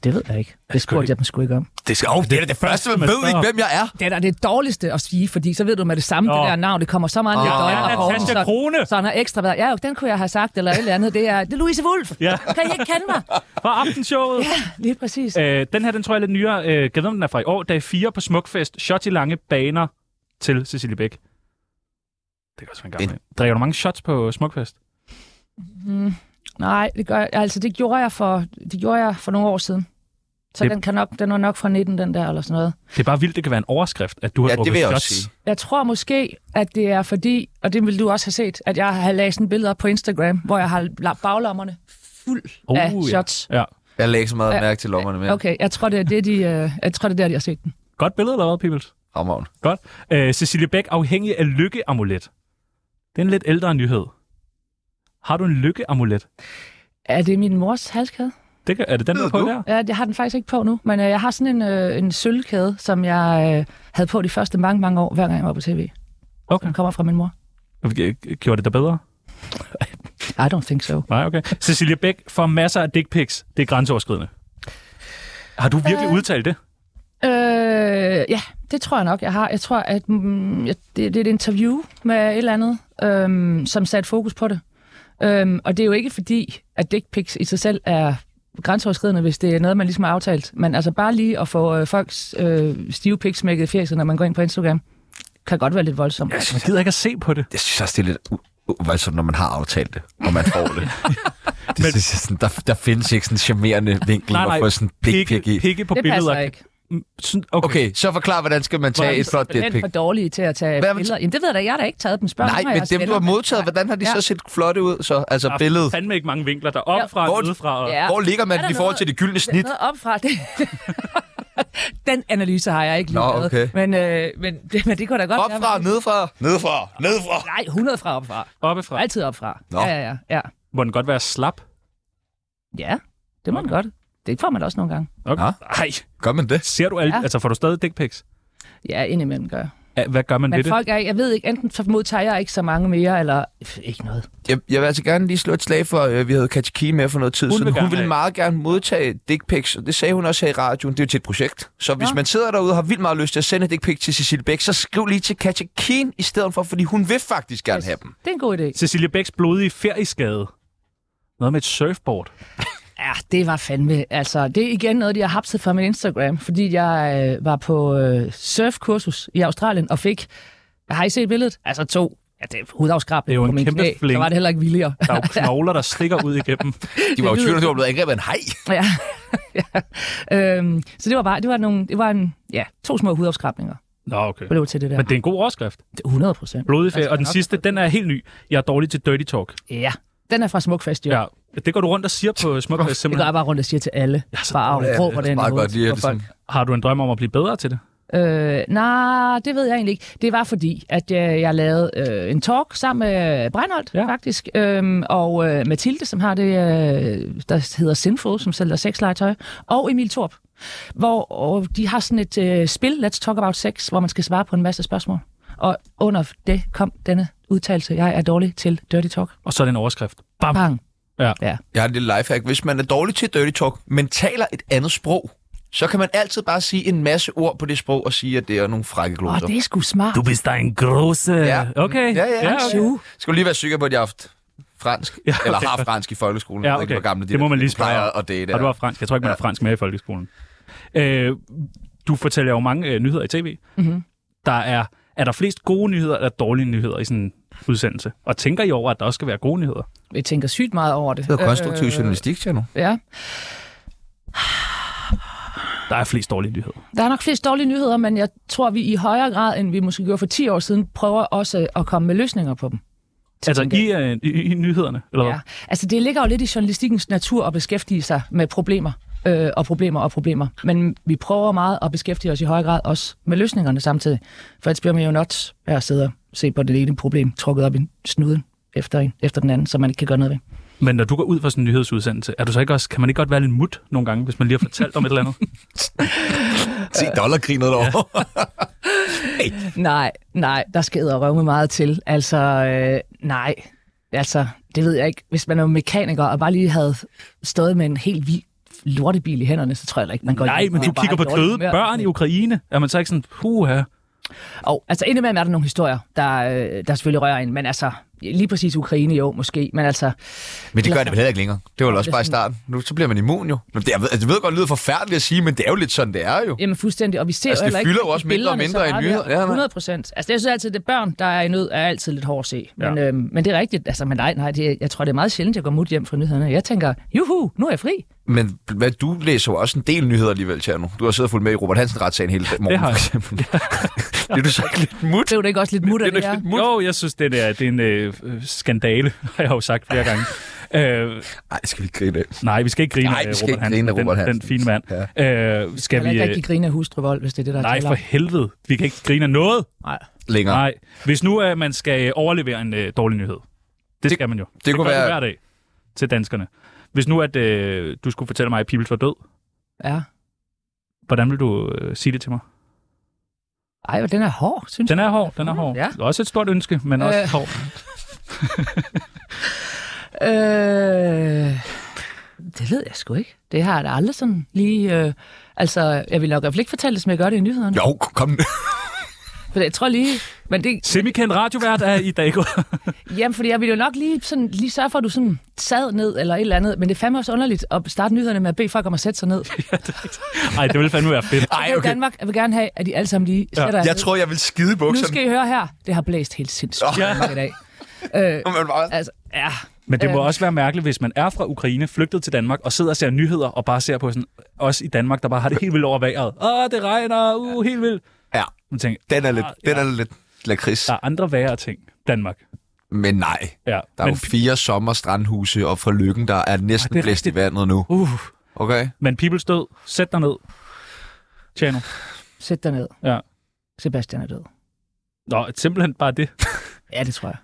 Speaker 4: det ved jeg ikke. Det spurgte jeg dem sgu ikke om.
Speaker 1: Det, skal, oh, det er da det første, man
Speaker 3: man
Speaker 1: ved
Speaker 3: spørger
Speaker 1: ikke,
Speaker 3: om.
Speaker 1: hvem jeg er.
Speaker 4: Det er da det dårligste at sige, fordi så ved du med det samme,
Speaker 3: Nå. Ah.
Speaker 4: det der navn, det kommer så meget ned i
Speaker 1: Åh.
Speaker 4: døgnet.
Speaker 1: Ja,
Speaker 4: og
Speaker 1: Natasja
Speaker 4: hårdt, så-
Speaker 3: Krone.
Speaker 4: Så han har ekstra været, ja, jo, den kunne jeg have sagt, eller et eller andet. Det er, det er Louise Wolf.
Speaker 3: Ja.
Speaker 4: Kan I ikke kende mig?
Speaker 3: Fra aftenshowet.
Speaker 4: Ja, lige præcis.
Speaker 3: Øh, den her, den tror jeg er lidt nyere. Øh, kan jeg vide, om den er fra i år? Dag 4 på Smukfest. Shot i lange baner til Cecilie Bæk. Det kan også være en gammel. en. Drikker du mange shots på Smukfest?
Speaker 4: Nej, det gør jeg, altså det gjorde jeg for, det gjorde jeg for nogle år siden. Så
Speaker 3: Det-
Speaker 4: den, kan nok, den var nok fra 19, den der, eller sådan noget.
Speaker 3: Det er bare vildt, det kan være en overskrift, at du har
Speaker 1: Ja, det
Speaker 3: drukket
Speaker 1: vil jeg
Speaker 3: shots.
Speaker 1: også sige.
Speaker 4: Jeg tror måske, at det er fordi, og det vil du også have set, at jeg har lagt sådan et billede op på Instagram, hvor jeg har lagt baglommerne fuld
Speaker 3: Oh,
Speaker 4: af
Speaker 3: ja.
Speaker 4: shots.
Speaker 3: Ja.
Speaker 1: Jeg lægger ikke så meget
Speaker 4: Ja.
Speaker 1: mærke til lommerne mere. Okay.
Speaker 4: Okay, jeg tror, det er, det, de, øh, jeg tror, det er der, de har set den.
Speaker 3: Godt billede, eller hvad, Peoples?
Speaker 1: Ramon.
Speaker 3: Godt. Øh, Cecilie Bæk, afhængig af lykkeamulet. Det er en lidt ældre nyhed. Har du en lykkeamulet?
Speaker 4: Er det min mors halskæde?
Speaker 3: Det kan, er det den, der er på
Speaker 1: du?
Speaker 3: der?
Speaker 4: Ja, jeg har den faktisk ikke på nu, men øh, jeg har sådan en, øh, en sølvkæde, som jeg øh, havde på de første mange, mange år, hver gang jeg var på tv.
Speaker 3: Okay.
Speaker 4: Den kommer fra min mor.
Speaker 3: G- Gjorde det dig bedre?
Speaker 4: I don't think so.
Speaker 3: Nej, okay. Cecilie Bæk får masser af dick pics. Det er grænseoverskridende. Har du virkelig udtalt det?
Speaker 4: Øh, ja, det tror jeg nok, jeg har. Jeg tror, at mm, jeg, det, det er et interview med et eller andet, øhm, som satte fokus på det. Øhm, og det er jo ikke fordi, at dick pics i sig selv er grænseoverskridende, hvis det er noget, man ligesom har aftalt. Men altså bare lige at få øh, folks øh, stive pik smækket i fjeset, når man går ind på Instagram, kan godt være lidt voldsomt.
Speaker 1: Jeg synes,
Speaker 3: Jeg gider ikke at se på det.
Speaker 1: jeg synes også, det er lidt u- uvoldsomt, når man har aftalt det, og man får det. det men, synes jeg sådan, der, der findes ikke sådan en charmerende vinkel nej, nej, at få sådan en dick pic i.
Speaker 3: pikke på
Speaker 4: det
Speaker 3: billeder.
Speaker 4: passer ikke.
Speaker 3: Mm, sådan- Okay. okay.
Speaker 1: Okay, så forklar, hvordan skal man tage
Speaker 4: Hvordan-
Speaker 1: et flot dick
Speaker 4: Hvordan
Speaker 1: pic?
Speaker 4: for dårlige til at tage
Speaker 1: Hvad-
Speaker 4: billeder? Jamen, det ved jeg da, jeg har da ikke taget dem. Spørg
Speaker 1: Nej,
Speaker 4: mig, og
Speaker 1: men
Speaker 4: jeg
Speaker 1: dem, du
Speaker 4: sender
Speaker 1: har modtaget, hvordan har de
Speaker 4: Ja.
Speaker 1: så set flotte ud? Så, altså
Speaker 3: Der er
Speaker 1: billedet.
Speaker 3: fandme ikke mange vinkler. Der er
Speaker 4: Ja.
Speaker 3: opfra,
Speaker 1: Hvor-
Speaker 3: ja. nedefra. Og...
Speaker 4: Ja.
Speaker 1: Hvor ligger
Speaker 4: Er
Speaker 1: man
Speaker 4: der
Speaker 1: i forhold
Speaker 4: noget-
Speaker 1: til det gyldne
Speaker 4: Snit.
Speaker 1: snit?
Speaker 4: Noget op fra det. Den analyse har jeg ikke lige
Speaker 1: Nå,
Speaker 4: lavet.
Speaker 1: okay.
Speaker 4: Men, øh, men, det, men det kunne da godt være,
Speaker 1: Opfra,
Speaker 4: man-
Speaker 1: nedfra? Nedfra, nedfra.
Speaker 4: Nej, 100 fra opfra.
Speaker 3: Oppefra.
Speaker 4: Altid opfra.
Speaker 1: Nå.
Speaker 4: Ja, ja, ja, ja.
Speaker 3: Må den godt være slap?
Speaker 4: Ja, det må man godt. Det får man også nogle gange.
Speaker 1: Nå.
Speaker 3: Okay. Nej.
Speaker 1: Gør man det?
Speaker 3: Ser du alt? Ja.
Speaker 4: Ja.
Speaker 3: Altså, får du stadig dick pics?
Speaker 4: Ja, indimellem gør jeg.
Speaker 3: Ja, Hvad gør man ved
Speaker 4: Men
Speaker 3: det?
Speaker 4: folk er, jeg ved ikke, enten så modtager jeg ikke så mange mere, eller pff, ikke noget.
Speaker 1: Jeg, jeg vil altså gerne lige slå et slag for, øh, vi havde Katja Key med for noget tid
Speaker 3: Hun
Speaker 1: siden.
Speaker 3: vil
Speaker 1: hun
Speaker 3: gerne
Speaker 1: ville
Speaker 3: have.
Speaker 1: meget gerne modtage dick pics, og det sagde hun også her i radioen. Det er jo til et projekt. Så hvis
Speaker 4: Nå.
Speaker 1: man sidder derude og har vildt meget lyst til at sende et dick pic til Cecilie Bæk, så skriv lige til Katja Keen i stedet for, fordi hun vil faktisk gerne yes. have dem.
Speaker 4: Det er en god idé.
Speaker 3: Cecilie Bæks blodige ferieskade. Noget med et surfboard.
Speaker 4: Ja, det var fandme. Altså, det er igen noget, de har hapset fra min Instagram, fordi jeg øh, var på øh, surfkursus i Australien og fik... Har I set billedet? Altså to. Ja, det er
Speaker 3: Det er
Speaker 4: hudafskrabning
Speaker 3: jo
Speaker 4: på
Speaker 3: en
Speaker 4: min
Speaker 3: kæmpe
Speaker 4: knæ. Så
Speaker 3: fling.
Speaker 4: var det heller ikke vildere.
Speaker 3: Der er jo knogler, der stikker ud igennem.
Speaker 1: De var jo i
Speaker 4: lyder-
Speaker 1: tvivl, om det var blevet angrebet af en hej.
Speaker 4: Ja. ja. Øhm, så det var bare, det var, nogle, det var en, ja, to små hudafskrabninger,
Speaker 3: Nå, okay.
Speaker 4: blev til det der.
Speaker 3: Men det er en god overskrift.
Speaker 4: Det er 100 procent.
Speaker 3: Blodig ferie.
Speaker 4: Altså,
Speaker 3: Og den
Speaker 4: nok-
Speaker 3: sidste, den er helt ny. Jeg er dårlig til dirty talk.
Speaker 4: Ja, den er fra Smukfest, jo. Ja.
Speaker 3: Ja. Det går du rundt og siger på Smukfest
Speaker 4: Det går
Speaker 3: simpelthen.
Speaker 4: jeg bare rundt og siger til alle. Ja, så bare af, råber den i
Speaker 1: Meget
Speaker 4: hovedet
Speaker 1: godt lige, at
Speaker 4: på
Speaker 1: det
Speaker 4: folk.
Speaker 1: sådan,
Speaker 3: Har du en drøm om at blive bedre til det?
Speaker 4: Øh, nej, det ved jeg egentlig ikke. Det var fordi, at jeg, jeg lavede øh, en talk sammen med Breinholt,
Speaker 3: Ja.
Speaker 4: ja. faktisk, øhm, og øh, Mathilde, som har det, øh, der hedder Sinful, som sælger sexlegetøj, og Emil Torp, hvor og de har sådan et øh, spil, Let's Talk About Sex, hvor man skal svare på en masse spørgsmål. Og under det kom denne udtalelse, jeg er dårlig til dirty talk.
Speaker 3: Og så er det en overskrift. Bam.
Speaker 4: Bang.
Speaker 1: jeg har en lille lifehack. Hvis man er dårlig til dirty talk, men taler et andet sprog, så kan man altid bare sige en masse ord på det sprog og sige, at det er nogle frække
Speaker 4: Åh,
Speaker 1: gloser.
Speaker 4: oh, det er sgu smart.
Speaker 3: Du bist en grosse.
Speaker 1: Ja.
Speaker 3: Okay.
Speaker 1: Ja, ja.
Speaker 3: ja okay.
Speaker 4: Du.
Speaker 1: Skal du lige være sikker på, at jeg har haft fransk? Ja,
Speaker 3: Ja,
Speaker 1: okay. Eller
Speaker 3: okay.
Speaker 1: har fransk i folkeskolen?
Speaker 3: Ja,
Speaker 1: Jeg ved ikke,
Speaker 3: okay.
Speaker 1: hvor gamle de
Speaker 3: Det må
Speaker 1: der
Speaker 3: man lige spørge
Speaker 1: plejer
Speaker 3: om.
Speaker 1: at date
Speaker 3: Har du
Speaker 1: er.
Speaker 3: haft fransk? Jeg tror ikke, man har
Speaker 1: Ja.
Speaker 3: fransk med i folkeskolen. Øh, du fortæller jo mange øh, nyheder i tv.
Speaker 4: Mhm.
Speaker 3: Der er, er der flest gode nyheder eller dårlige nyheder i sådan en udsendelse? Og tænker I over, at der også skal være gode nyheder?
Speaker 4: Jeg tænker sygt meget over det. Øh,
Speaker 1: Det hedder konstruktiv journalistik, siger jeg nu.
Speaker 4: Ja.
Speaker 3: Der er flest dårlige nyheder.
Speaker 4: Der er nok flest dårlige nyheder, men jeg tror, vi i højere grad, end vi måske gjorde for 10 år siden, prøver også at komme med løsninger på dem.
Speaker 3: Altså
Speaker 4: gengæld.
Speaker 3: i, øh, i, i nyhederne? Eller
Speaker 4: Ja.
Speaker 3: ja.
Speaker 4: Altså, det ligger jo lidt i journalistikkens natur at beskæftige sig med problemer øh, og problemer og problemer. Men vi prøver meget at beskæftige os i højere grad også med løsningerne samtidig. For ellers bliver man jo nødt af at sidde og se på det ene problem trukket op i snuden efter, en, efter den anden, så man ikke kan gøre noget ved.
Speaker 3: Men når du går ud fra sådan en nyhedsudsendelse, er du så ikke også, kan man ikke godt være lidt mut nogle gange, hvis man lige har fortalt om et eller andet?
Speaker 1: Se dollargrinet derovre.
Speaker 4: Nej, nej, der skal jeg røve meget til. Altså, øh, nej. Altså, det ved jeg ikke. Hvis man er mekaniker og bare lige havde stået med en helt vild lortebil i hænderne, så tror jeg da ikke, man går
Speaker 3: Nej,
Speaker 4: hjem
Speaker 3: men
Speaker 4: og
Speaker 3: du
Speaker 4: bare
Speaker 3: kigger
Speaker 4: er
Speaker 3: på
Speaker 4: dårlig
Speaker 3: døde
Speaker 4: humør.
Speaker 3: børn i Ukraine. Er man så ikke sådan, puha,
Speaker 4: Og altså, indimellem er der nogle historier, der, øh, der selvfølgelig rører en, men altså, lige præcis Ukraine jo, måske, men altså,
Speaker 1: Men det gør det vel heller ikke længere. Det var vel også
Speaker 4: Det er
Speaker 1: bare i
Speaker 4: sådan-
Speaker 1: starten. Nu så bliver man immun jo. Men det, jeg, ved, altså, jeg ved godt, det lyder forfærdeligt at sige, men det er jo lidt sådan, det er jo.
Speaker 4: jamen fuldstændig, og vi ser
Speaker 1: Altså,
Speaker 4: jo
Speaker 1: det
Speaker 4: heller ikke
Speaker 1: fylder jo også mindre og
Speaker 4: billederne
Speaker 1: mindre
Speaker 4: så
Speaker 1: i
Speaker 4: meget
Speaker 1: nyheder.
Speaker 4: der.
Speaker 1: Ja, nej.
Speaker 4: 100 procent. Altså, jeg synes altid, at det er børn, der er i nød, er altid lidt hårdt at se. Men,
Speaker 3: Ja.
Speaker 4: ja. øhm, men det er rigtigt, altså, men nej, nej, det, er- jeg tror, det er meget sjældent, jeg går mod hjem fra nyhederne. Jeg tænker, juhu, nu er jeg fri.
Speaker 1: Men hvad, du læser jo også en del nyheder alligevel, Tjerno. Du har siddet og fulgt med i Robert Hansen-retssagen hele morgen,
Speaker 3: har jeg.
Speaker 1: for eksempel. Bliver du så ikke lidt mut?
Speaker 4: Blev det ikke også lidt
Speaker 1: Bliver
Speaker 4: mutter,
Speaker 1: du
Speaker 4: det
Speaker 1: ikke
Speaker 4: her?
Speaker 1: lidt mut?
Speaker 3: Jo, jeg synes, det er, det er en øh, øh, skandale, har jeg jo sagt flere gange. øh,
Speaker 1: Nej, skal vi ikke grine af.
Speaker 3: nej, vi skal ikke grine
Speaker 1: Nej,
Speaker 3: af
Speaker 1: vi skal
Speaker 3: Robert
Speaker 1: ikke grine af
Speaker 3: Hansen,
Speaker 1: Robert
Speaker 3: den,
Speaker 1: Hansen.
Speaker 3: den fine mand. Ja. Øh, skal
Speaker 4: Kan
Speaker 3: vi...
Speaker 4: ikke
Speaker 3: Øh,
Speaker 4: rigtig grine af hustruvold, hvis det er det, der er
Speaker 3: nej,
Speaker 4: tale
Speaker 3: for
Speaker 4: om.
Speaker 3: helvede. Vi kan ikke grine af noget.
Speaker 1: Længere.
Speaker 3: Nej. Hvis nu øh, man skal øh, overlevere en øh, dårlig nyhed. Det, det skal man jo. Det,
Speaker 1: kunne
Speaker 3: gør
Speaker 1: være-
Speaker 3: vi hver dag til danskerne. Hvis nu, at øh, du skulle fortælle mig, at Pibels var død,
Speaker 4: Ja.
Speaker 3: hvordan vil du øh, sige det til mig?
Speaker 4: Ej, hvor den er hård, synes
Speaker 3: Den er hård, den er hård.
Speaker 4: Ja.
Speaker 3: Også et stort ønske, men også
Speaker 4: Øh.
Speaker 3: hård.
Speaker 4: jeg. Øh, det ved jeg sgu ikke. Det har jeg da aldrig sådan lige... Øh, altså, jeg vil nok i hvert fald ikke fortælle det, som jeg gør det i nyhederne.
Speaker 1: Jo, kom nu.
Speaker 4: For jeg tror lige, Men det,
Speaker 3: Semikendt radiovært er i dag gået.
Speaker 4: Jamen, fordi jeg ville jo nok lige, sådan, lige sørge for, at du sådan sad ned eller et eller andet. Men det er fandme også underligt at starte nyhederne med at bede folk om at sætte sig ned.
Speaker 3: Ej, det ville fandme være fedt.
Speaker 1: Ej,
Speaker 4: Jeg vil
Speaker 1: okay.
Speaker 4: Danmark, jeg vil gerne have, at de alle sammen lige sætter
Speaker 1: Jeg
Speaker 4: jer ned.
Speaker 1: tror, jeg vil skide i
Speaker 4: Nu
Speaker 1: bukserne,
Speaker 4: skal I høre her. Det har blæst helt sindssygt
Speaker 1: Ja.
Speaker 4: meget i dag. Øh,
Speaker 1: når man bare...
Speaker 4: altså, ja.
Speaker 3: Men det må
Speaker 1: Øhm.
Speaker 4: Øh.
Speaker 3: også være mærkeligt, hvis man er fra Ukraine, flygtet til Danmark og sidder og ser nyheder og bare ser på sådan, os i Danmark, der bare har det helt vildt over vejret. Åh, det regner, uh, helt vildt.
Speaker 1: Ja,
Speaker 3: Man tænker,
Speaker 1: den er lidt,
Speaker 3: Ja.
Speaker 1: den er lidt lakrids.
Speaker 3: der er andre værre ting. Danmark.
Speaker 1: Men nej,
Speaker 3: Ja.
Speaker 1: der er
Speaker 3: men,
Speaker 1: jo fire sommerstrandhuse og fra Lykken, der er næsten
Speaker 3: det er
Speaker 1: blæst i
Speaker 3: rigtigt.
Speaker 1: vandet nu.
Speaker 3: uh,
Speaker 1: Okay?
Speaker 3: men people stød. Sæt dig ned. Tjano.
Speaker 4: Sæt dig ned.
Speaker 3: Ja.
Speaker 4: Sebastian er død.
Speaker 3: Nå, simpelthen bare det.
Speaker 4: Ja, det tror jeg.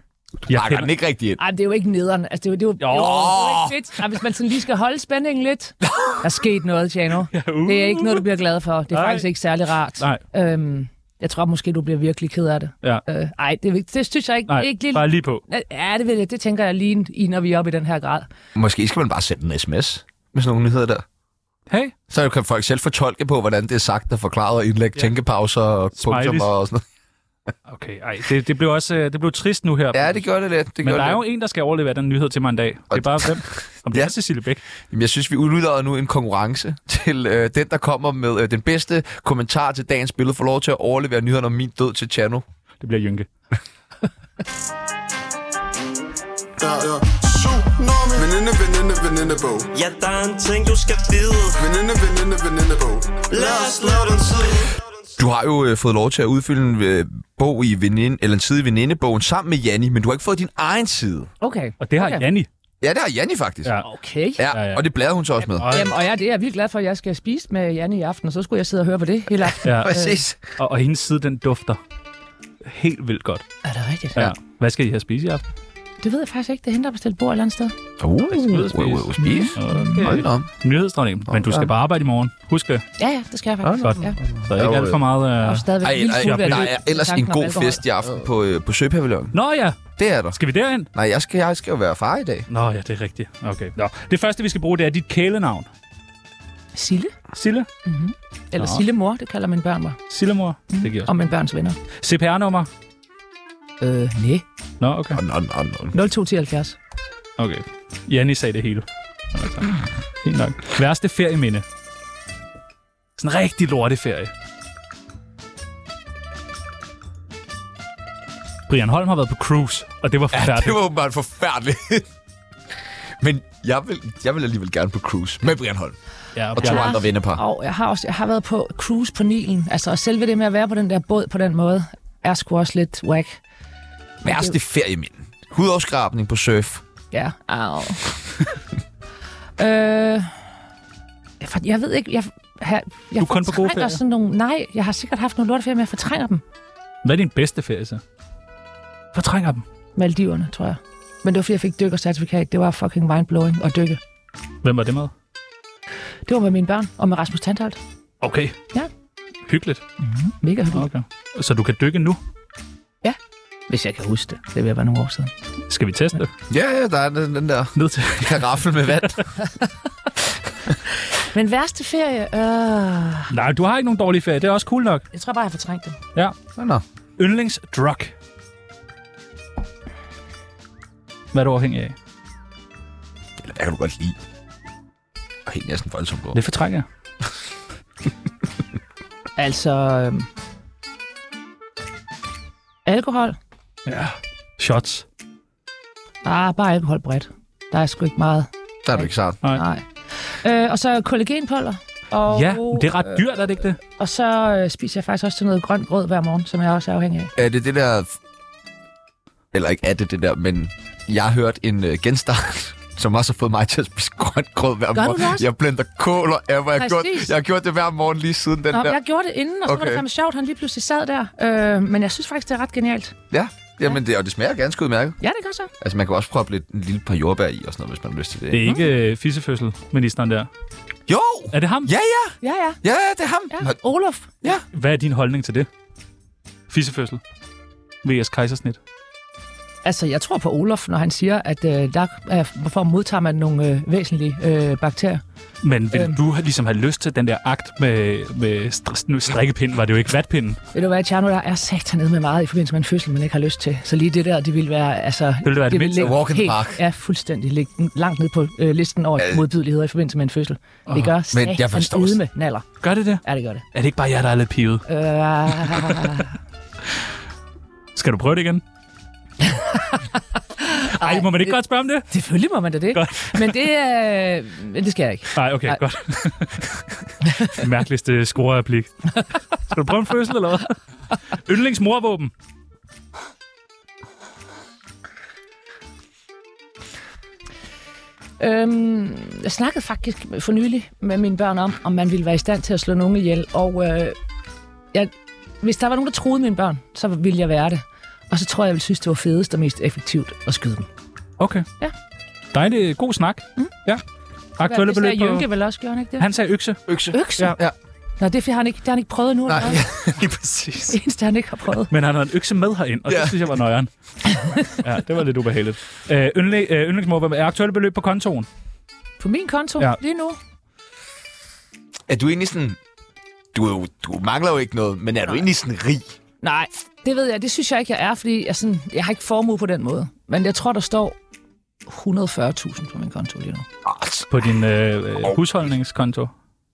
Speaker 1: Jeg
Speaker 3: Jeg
Speaker 1: Pakker den
Speaker 3: kender,
Speaker 1: ikke rigtig ind.
Speaker 4: Ej, men det er jo ikke nederen. Altså, det er jo, det er jo, det er jo, det er jo ikke fedt. Ej, hvis man sådan lige skal holde spændingen lidt. Der er sket noget, Tjano.
Speaker 3: uh.
Speaker 4: Det er ikke noget, du bliver glad for. Det er
Speaker 3: Nej.
Speaker 4: faktisk ikke særlig rart.
Speaker 3: Nej.
Speaker 4: Øhm, jeg tror måske, du bliver virkelig ked af det.
Speaker 3: Ja.
Speaker 4: Øh, ej, det, er ikke- det synes jeg ikke.
Speaker 3: Nej,
Speaker 4: ikke lige,
Speaker 3: bare lige på.
Speaker 4: Ja, det, vil jeg, det tænker jeg lige i, når vi er oppe i den her grad.
Speaker 1: Måske skal man bare sende en sms med sådan nogle nyheder der.
Speaker 3: Hey,
Speaker 1: Så kan folk selv fortolke på, hvordan det er sagt og forklaret og indlægge ja. tænkepauser og
Speaker 3: Smileys.
Speaker 1: punktum og sådan
Speaker 3: okay, ej, det, det blev også øh, det blev trist nu her.
Speaker 1: noget. Ja, det gør det lidt. Det
Speaker 3: men
Speaker 1: gør
Speaker 3: der
Speaker 1: det
Speaker 3: er
Speaker 1: lidt.
Speaker 3: jo en, der skal overlevere den nyhed til mig en dag. Det er bare hvem? Om det
Speaker 1: Ja.
Speaker 3: er Cecilie Bæk.
Speaker 1: Jamen, Jeg synes, vi udlyder nu en konkurrence til øh, den, der kommer med øh, den bedste kommentar til dagens billede, får lov til at overlevere nyhederne om min død til Chano.
Speaker 3: Det bliver Jynke.
Speaker 7: Der er tsunami. Veninde, veninde, venindebog.
Speaker 6: Ja, der er en ting, du skal vide
Speaker 7: Veninde, veninde, venindebog.
Speaker 6: Lad os lave den tid
Speaker 1: Du har jo øh, fået lov til at udfylde en øh, bog i veninde, eller en side i venindebogen sammen med Janni, men du har ikke fået din egen side.
Speaker 4: Okay.
Speaker 3: Og det har
Speaker 4: Okay.
Speaker 3: okay. Janni.
Speaker 1: Ja, det har Janni faktisk. Ja,
Speaker 3: Ja.
Speaker 4: Okay. Ja.
Speaker 1: ja,
Speaker 3: Ja,
Speaker 1: ja.
Speaker 3: ja.
Speaker 1: og det bladrer hun så også med.
Speaker 4: Jamen, og jeg, det er jeg vildt glad for, at jeg skal spise med Janne i aften, og så skulle jeg sidde og høre på det hele aften.
Speaker 3: Ja.
Speaker 1: Præcis.
Speaker 3: Og, og hendes side, den dufter helt vildt godt.
Speaker 4: Er det rigtigt?
Speaker 3: Ja. ja. Hvad skal I have at spise i aften?
Speaker 4: Det ved jeg faktisk ikke. Det er hende, der har bestilt bord et eller andet sted.
Speaker 1: Uh, uh,
Speaker 3: ud og spise.
Speaker 1: uh, uh, spise. Hold da
Speaker 3: Okay.
Speaker 1: op.
Speaker 3: Nyhedsdronningen. Men du skal bare arbejde i morgen. Husk det.
Speaker 4: Ja, ja, det skal jeg faktisk.
Speaker 3: Godt.
Speaker 4: Ja.
Speaker 3: Så ikke
Speaker 1: Jo,
Speaker 3: alt for meget...
Speaker 4: Jeg er
Speaker 3: Øh...
Speaker 4: stadigvæk
Speaker 1: Ej,
Speaker 4: vildt
Speaker 1: ej,
Speaker 4: fuld af
Speaker 1: der
Speaker 4: det.
Speaker 1: er ellers en
Speaker 4: Tanken om
Speaker 1: god
Speaker 4: alkohol.
Speaker 1: fest i aften på, øh, på Søpavillonen.
Speaker 3: Nå ja,
Speaker 1: Det er der.
Speaker 3: skal vi derind?
Speaker 1: Nej, jeg skal, jeg skal jo være far i dag.
Speaker 3: Nå ja, det er rigtigt. Okay. Nå. Det første, vi skal bruge, det er dit kælenavn.
Speaker 4: Sille?
Speaker 3: Sille?
Speaker 4: Eller
Speaker 3: Nå.
Speaker 4: Sille mor, det kalder mine børn mig.
Speaker 3: Sillemor? Det giver os.
Speaker 4: Og mine børns venner.
Speaker 3: CPR-nummer?
Speaker 4: Øh, nej.
Speaker 3: Nå, okay.
Speaker 1: Nå, nå, nå.
Speaker 4: 0270.
Speaker 3: Okay. Janni sagde det hele. Altså, fint nok. Værste ferieminde? Sådan en rigtig lorteferie. Brian Holm har været på cruise, og det var forfærdeligt.
Speaker 1: Det var åbenbart forfærdeligt. Men jeg vil, jeg vil alligevel gerne på cruise med Brian Holm
Speaker 3: Ja,
Speaker 1: og to
Speaker 3: Bjarne-
Speaker 1: andre vennepar.
Speaker 4: Og jeg har også jeg har været på cruise på Nilen. Altså, og selve det med at være på den der båd på den måde, er sgu også lidt whack.
Speaker 1: Værste ferieminden. Hudafskrabning på surf.
Speaker 4: Ja. Au. øh, jeg, for, jeg ved ikke, jeg, jeg, jeg
Speaker 3: Du er kun på gode
Speaker 4: fortrænger
Speaker 3: ferier.
Speaker 4: sådan nogle, nej, jeg har sikkert haft nogle lorteferier, men jeg fortrænger dem.
Speaker 3: Hvad er din bedste ferie så? Fortrænger dem.
Speaker 4: Maldiverne, tror jeg. Men det var, fordi jeg fik dykkercertifikat. Det var fucking mindblowing at dykke.
Speaker 3: Hvem var det med?
Speaker 4: Det var med mine børn og med Rasmus Tandholt.
Speaker 3: Okay.
Speaker 4: Ja.
Speaker 3: Hyggeligt.
Speaker 4: Mega hyggeligt.
Speaker 3: Okay. Så du kan dykke nu?
Speaker 4: Hvis jeg kan huske det. Det vil jeg være nogle år siden.
Speaker 3: Skal vi teste det?
Speaker 1: Ja, ja, der er den, den der
Speaker 3: Ned til.
Speaker 1: karaffel med vand.
Speaker 4: Men værste ferie? Øh,
Speaker 3: Nej, du har ikke nogen dårlige ferie. Det er også cool nok.
Speaker 4: jeg tror bare, jeg har fortrængt dem.
Speaker 3: Ja.
Speaker 1: Nå, nå.
Speaker 3: Yndlingsdrug. Hvad er du afhængig af?
Speaker 1: Eller hvad kan du godt lide? Og helt næsten voldsomt på.
Speaker 3: Det fortrænger jeg.
Speaker 4: Altså... Øh, alkohol?
Speaker 3: Ja. Shots.
Speaker 4: Ah, bare alkohol bredt. Der er sgu ikke meget.
Speaker 1: Der er du ikke sart.
Speaker 4: Nej. Øh, og så kollagenpulver. Og,
Speaker 3: Ja, men det er ret dyrt, er det ikke det?
Speaker 4: Og så øh, spiser jeg faktisk også til noget grønt brød hver morgen, som jeg også er afhængig af.
Speaker 1: Er det det der... Eller ikke er det det der, men jeg har hørt en øh, genstart som også har fået mig til at spise grønt grød hver
Speaker 4: Gør du
Speaker 1: morgen.
Speaker 4: det også?
Speaker 1: Jeg blender kål og ærmer. Jeg, har gjort-
Speaker 4: Præcis.
Speaker 1: jeg har gjort det hver morgen lige siden den
Speaker 4: Nå,
Speaker 1: der.
Speaker 4: jeg gjorde det inden, og så okay. var
Speaker 1: Okay.
Speaker 4: det fandme sjovt, han lige pludselig sad der. Øh, men jeg synes faktisk, det er ret genialt.
Speaker 1: Ja, jamen det, og det smager ganske udmærket.
Speaker 4: Ja, det gør så.
Speaker 1: Altså man kan også prøve lidt en lille par jordbær i og sådan noget, hvis man har lyst til det.
Speaker 3: Det er ikke øh, fissefødsel, ministeren der.
Speaker 1: Jo!
Speaker 3: Er det ham?
Speaker 1: Ja, ja!
Speaker 4: Ja,
Speaker 1: Ja,
Speaker 4: ja.
Speaker 1: ja, det er ham!
Speaker 4: ja. Olof.
Speaker 3: Hvad er din holdning til det? Fissefødsel. V.S. Kejsersnit.
Speaker 4: Altså, jeg tror på Olof, når han siger, at øh, der er, hvorfor modtager man nogle øh, væsentlige øh, bakterier.
Speaker 3: Men vil
Speaker 4: Øhm.
Speaker 3: øhm. du have- ligesom have lyst til den der akt med, med str- nu, strikkepinden? Var det jo ikke vatpinden? Det
Speaker 4: Ved du hvad, Tjerno, der er satan ned med meget i forbindelse med en fødsel, man ikke har lyst til. Så lige det der, det ville være... Altså, det
Speaker 3: ville være det mindste.
Speaker 4: ligge
Speaker 1: Walk in the
Speaker 4: helt,
Speaker 1: park.
Speaker 4: Ja, fuldstændig. Ligge langt ned på øh, listen over
Speaker 1: Øh.
Speaker 4: modbydeligheder i forbindelse med en fødsel. Det gør satan
Speaker 1: jeg forstår s-
Speaker 4: med naller.
Speaker 3: Gør det det?
Speaker 4: Ja, det gør det.
Speaker 3: Er det ikke bare jer, der er lidt pivet?
Speaker 4: Øh,
Speaker 3: Skal du prøve det igen? Ej, må man ikke godt spørge om det?
Speaker 4: selvfølgelig må man da det.
Speaker 3: Godt.
Speaker 4: Men det, øh, men det skal jeg ikke.
Speaker 3: Nej, okay,
Speaker 4: Nej.
Speaker 3: Ej. godt. Mærkeligste scorereplik. Skal du prøve en fødsel, eller hvad? Yndlingsmorvåben.
Speaker 4: Øhm, jeg snakkede faktisk for nylig med mine børn om, om man ville være i stand til at slå nogen ihjel. Og øh, jeg, hvis der var nogen, der troede mine børn, så ville jeg være det. Og så tror jeg, jeg ville synes, det var fedest og mest effektivt at skyde dem.
Speaker 3: Okay.
Speaker 4: Ja.
Speaker 3: Dejlig god snak. Mm. Ja. Aktuelle
Speaker 4: Hvad,
Speaker 3: beløb
Speaker 4: det Jynke
Speaker 3: på...
Speaker 4: vel også, gjorde han ikke det?
Speaker 3: Han sagde økse.
Speaker 1: Økse.
Speaker 4: Økse?
Speaker 3: Ja.
Speaker 1: Ja.
Speaker 4: Nå, det er fordi, han ikke, det har han ikke prøvet endnu.
Speaker 1: Nej,
Speaker 4: eller hvad?
Speaker 1: lige præcis.
Speaker 4: Det eneste, han ikke har prøvet.
Speaker 3: Men han havde en økse med herind, og ja.
Speaker 1: Ja.
Speaker 3: det synes jeg var nøjeren. ja, det var lidt ubehageligt. Øh, yndling, øh, yndlingsmorvåben er aktuelle beløb på kontoen.
Speaker 4: På min konto
Speaker 3: Ja.
Speaker 4: ja. lige nu.
Speaker 1: Er du egentlig sådan... Du, er jo- du mangler jo ikke noget, men er du egentlig sådan rig?
Speaker 4: Nej, det ved jeg. Det synes jeg ikke, jeg er, fordi jeg, sådan, jeg har ikke formue på den måde. Men jeg tror, der står 140.000 på min konto lige nu.
Speaker 3: På din øh, øh, husholdningskonto.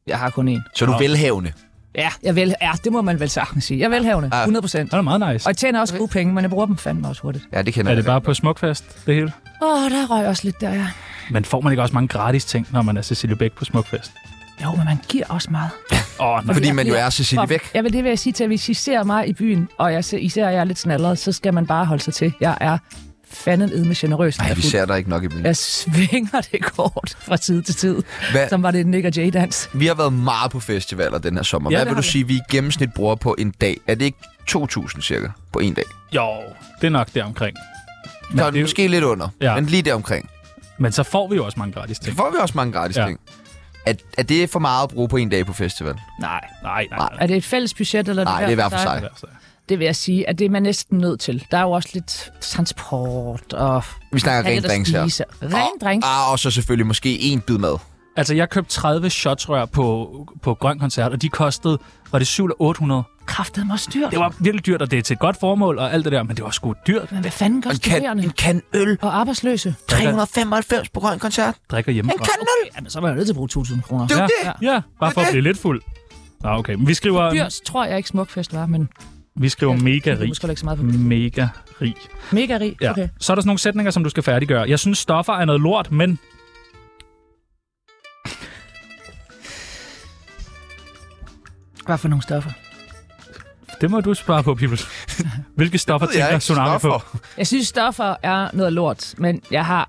Speaker 4: Jeg har kun én.
Speaker 1: Så er du velhavende.
Speaker 4: Ja, jeg vel, ja, det må man vel sagtens sige. Jeg er velhavende, 100 procent.
Speaker 3: Det er da meget nice.
Speaker 4: Og jeg tjener også gode penge, men jeg bruger dem fandme også hurtigt.
Speaker 1: Ja, det kender
Speaker 3: Er det bare på smukfest, det hele?
Speaker 4: Åh, oh, der røg også lidt der, ja.
Speaker 3: Men får man ikke også mange gratis ting, når man er Cecilie Bæk på smukfest?
Speaker 4: Jo, men man giver også meget.
Speaker 3: Åh, oh, nej.
Speaker 1: Fordi
Speaker 4: Jeg
Speaker 1: man jo
Speaker 4: bliver-
Speaker 1: er Cecilie væk.
Speaker 4: Ja, men det vil jeg sige til, at hvis I ser mig i byen, og jeg ser, især jeg er lidt snallet, så skal man bare holde sig til. Jeg er fanden ed med generøs. når
Speaker 1: Ej,
Speaker 4: jeg er
Speaker 1: vi
Speaker 4: fuld.
Speaker 1: ser dig ikke nok i byen.
Speaker 4: Jeg svinger det kort fra tid til tid,
Speaker 1: Hvad?
Speaker 4: som var det Nick og Jay-dans.
Speaker 1: Vi har været meget på festivaler den her sommer.
Speaker 4: Ja,
Speaker 1: Hvad
Speaker 4: det
Speaker 1: vil
Speaker 4: har
Speaker 1: du
Speaker 4: vi.
Speaker 1: sige, vi i gennemsnit bruger på en dag? Er det ikke 2.000 cirka på en dag?
Speaker 3: Jo, det er nok deromkring. Men,
Speaker 1: Så er
Speaker 3: det,
Speaker 1: det
Speaker 3: er jo-
Speaker 1: måske lidt under,
Speaker 3: Ja.
Speaker 1: men lige deromkring.
Speaker 3: men så får vi jo også mange gratis
Speaker 1: Så
Speaker 3: ting.
Speaker 1: får vi også mange gratis
Speaker 3: Ja.
Speaker 1: ting. Er, er det for meget at bruge på en dag på festival?
Speaker 3: Nej, nej, nej. nej.
Speaker 4: Er det et fælles budget, eller
Speaker 1: Nej, det er i hvert for sig.
Speaker 3: Altså,
Speaker 4: Det vil jeg sige, at det er man næsten nødt til. Der er jo også lidt transport og...
Speaker 1: Vi snakker rent drinks her.
Speaker 4: Ren drinks.
Speaker 1: Ah, og så selvfølgelig måske en bid mad.
Speaker 3: Altså, jeg købte 30 shotsrør på, på Grøn Koncert, og de kostede, var det 7 eller 800?
Speaker 4: Kræftet mig styrt.
Speaker 3: Det var virkelig dyrt, og det er til et godt formål og alt det der, men det var sgu dyrt.
Speaker 4: Men hvad fanden gør
Speaker 1: En kan,
Speaker 4: studerende
Speaker 1: en kan øl.
Speaker 4: og arbejdsløse?
Speaker 1: 395 på grøn koncert.
Speaker 3: Drikker hjemmefra.
Speaker 4: Jamen, så er man jo nødt til at bruge 2.000 kroner.
Speaker 1: Det er
Speaker 3: Ja,
Speaker 1: jo det.
Speaker 3: ja, ja, bare for at blive lidt fuld. Nå, okay. Men vi skriver,
Speaker 4: Dyrs tror jeg ikke smukfest var, men
Speaker 3: vi skriver mega
Speaker 4: det er
Speaker 3: rig.
Speaker 4: måske ikke så meget på
Speaker 3: Mega rig.
Speaker 4: Mega rig,
Speaker 3: Ja.
Speaker 4: okay.
Speaker 3: Okay. Så er der sådan nogle sætninger, som du skal færdiggøre. Jeg synes, stoffer er noget lort, men...
Speaker 4: Hvad for nogle stoffer?
Speaker 3: Det må du svare på, Pibels. Hvilke stoffer
Speaker 1: Det er
Speaker 3: tænker
Speaker 1: ikke
Speaker 3: Tsunami på?
Speaker 1: stoffer.
Speaker 4: Jeg synes, stoffer er noget lort, men jeg har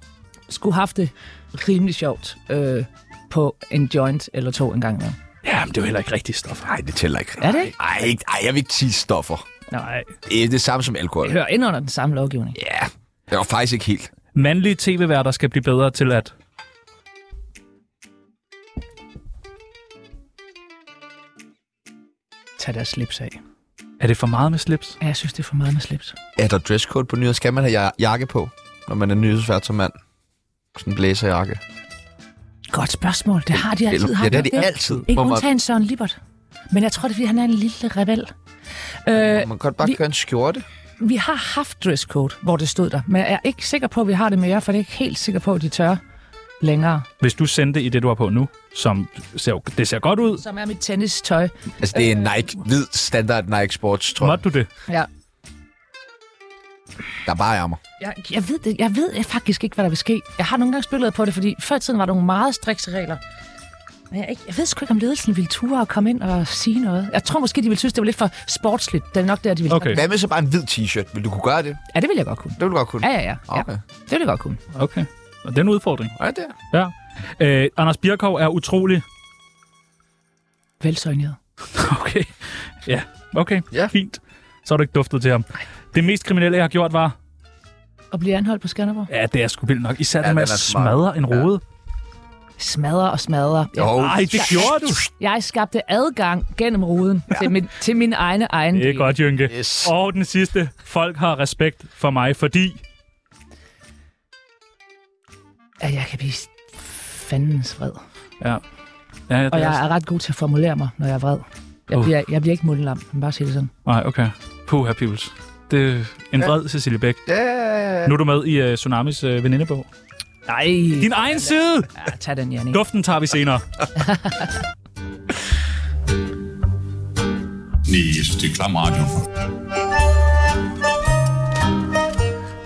Speaker 4: skulle haft det rimelig sjovt øh, på en joint eller to en gang imellem.
Speaker 3: Jamen, det er jo heller ikke rigtige stoffer.
Speaker 1: Nej, det tæller ikke.
Speaker 4: Er det ikke?
Speaker 1: Ej, ikke- ej, jeg vil ikke sige stoffer.
Speaker 3: Nej.
Speaker 1: Det er det samme som alkohol.
Speaker 4: Det hører ind under den samme lovgivning.
Speaker 1: Ja, det var faktisk ikke helt.
Speaker 3: Mandlige tv-værter skal blive bedre til at...
Speaker 4: Tag deres slips af.
Speaker 3: Er det for meget med slips?
Speaker 4: Ja, jeg synes, det er for meget med slips.
Speaker 1: Er der dresscode på nyheder? Skal man have ja- jakke på, når man er nyhedsvært som mand? Sådan en blæserjakke.
Speaker 4: Godt spørgsmål. Det har de altid.
Speaker 1: Eller-
Speaker 4: har
Speaker 1: Ja, det har
Speaker 4: ikke
Speaker 1: de altid.
Speaker 4: Ikke
Speaker 1: Hvor man-
Speaker 4: undtagen Søren Libert. Men jeg tror, det er, fordi han er en lille rebel. Øh,
Speaker 1: Man kan godt bare
Speaker 4: Vi-
Speaker 1: køre en skjorte.
Speaker 4: vi har haft dresscode, hvor det stod der. Men jeg er ikke sikker på, at vi har det mere, for det er ikke helt sikker på, at de tør længere.
Speaker 3: Hvis du sendte i det, du har på nu, som ser, jo- det ser godt ud,
Speaker 4: Som er mit tennistøj.
Speaker 1: Altså, det er
Speaker 4: Øh.
Speaker 1: en Nike, hvid standard Nike sports, tror
Speaker 3: måtte du det?
Speaker 4: Ja.
Speaker 1: Der bare ærmer.
Speaker 4: Jeg, jeg, ved det, jeg ved faktisk ikke, hvad der vil ske. Jeg har nogle gange spillet på det, fordi før i tiden var der nogle meget strikse regler. Men jeg, er ikke, jeg ved sgu ikke, om ledelsen ville ture og komme ind og sige noget. Jeg tror måske, de ville synes, det var lidt for sportsligt. Det er nok der, de ville
Speaker 3: Okay,
Speaker 1: Hvad med så bare en hvid t-shirt? Vil du kunne gøre det?
Speaker 4: Ja, det ville jeg godt kunne.
Speaker 1: Det ville du godt kunne.
Speaker 4: Ja, ja, ja. ja.
Speaker 1: Okay.
Speaker 4: Det ville jeg godt kunne.
Speaker 3: okay. Og det er en udfordring.
Speaker 1: Ja, det er.
Speaker 3: Ja. Øh, Anders Birkov er utrolig...
Speaker 4: Velsøgnet.
Speaker 3: Okay. Ja, okay.
Speaker 1: Ja.
Speaker 3: Fint. Så har du ikke duftet til ham. Det mest kriminelle, jeg har gjort, var...
Speaker 4: Og blive anholdt på Skanderborg.
Speaker 3: Ja, det er sgu vildt nok. Især
Speaker 1: Ja,
Speaker 3: ja, det med at
Speaker 1: den er smart.
Speaker 3: smadre en rode.
Speaker 4: Smadrer og smadrer. Jeg,
Speaker 1: Jo.
Speaker 3: Nej, det gjorde du.
Speaker 4: jeg skabte adgang gennem ruden ja. til, min, til mine egne egne
Speaker 3: Det er
Speaker 4: dele.
Speaker 3: godt, Jynke.
Speaker 1: Yes.
Speaker 3: Og den sidste. Folk har respekt for mig, fordi...
Speaker 4: at jeg kan blive fandens vred.
Speaker 3: Ja. ja det
Speaker 4: Og
Speaker 3: er
Speaker 4: jeg er ret god til at formulere mig, når jeg er vred. Jeg
Speaker 3: Uh.
Speaker 4: bliver, jeg bliver ikke mundlam, men bare sige det sådan.
Speaker 3: Nej, okay. Puh, her Pibels. Det er en vred Cecilie Bæk.
Speaker 1: Ja, ja, ja.
Speaker 3: Nu er du med i uh, Tsunamis uh, venindebog.
Speaker 4: Nej,
Speaker 3: Din egen side!
Speaker 4: ja, tag den, Janni.
Speaker 3: Duften tager vi senere.
Speaker 9: Nej, jeg synes, det er klam radio.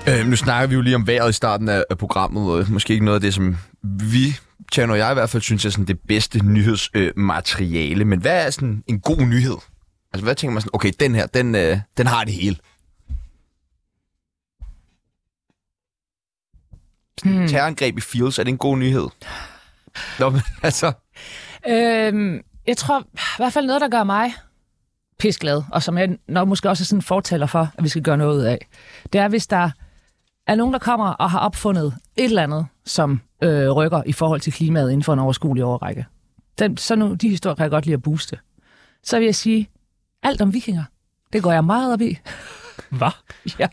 Speaker 1: Øh, nu snakker vi jo lige om vejret i starten af, af programmet, og måske ikke noget af det, som vi, Tjerno og jeg i hvert fald, synes er sådan det bedste nyhedsmateriale. Øh, materiale. Men hvad er sådan en god nyhed? Altså, hvad tænker man sådan, okay, den her, den, øh, den har det hele. Hmm. Terrorangreb i Fields, er det en god nyhed? Nå, men altså,
Speaker 4: Øhm, jeg tror i hvert fald noget, der gør mig pisglad, og som jeg nok måske også er sådan en fortaler for, at vi skal gøre noget ud af, det er, hvis der er nogen, der kommer og har opfundet et eller andet, som øh, rykker i forhold til klimaet inden for en overskuelig overrække. Den, så nu, de historier kan jeg godt lide at booste. Så vil jeg sige, alt om vikinger, det går jeg meget op i.
Speaker 3: Hvad?
Speaker 4: Ja.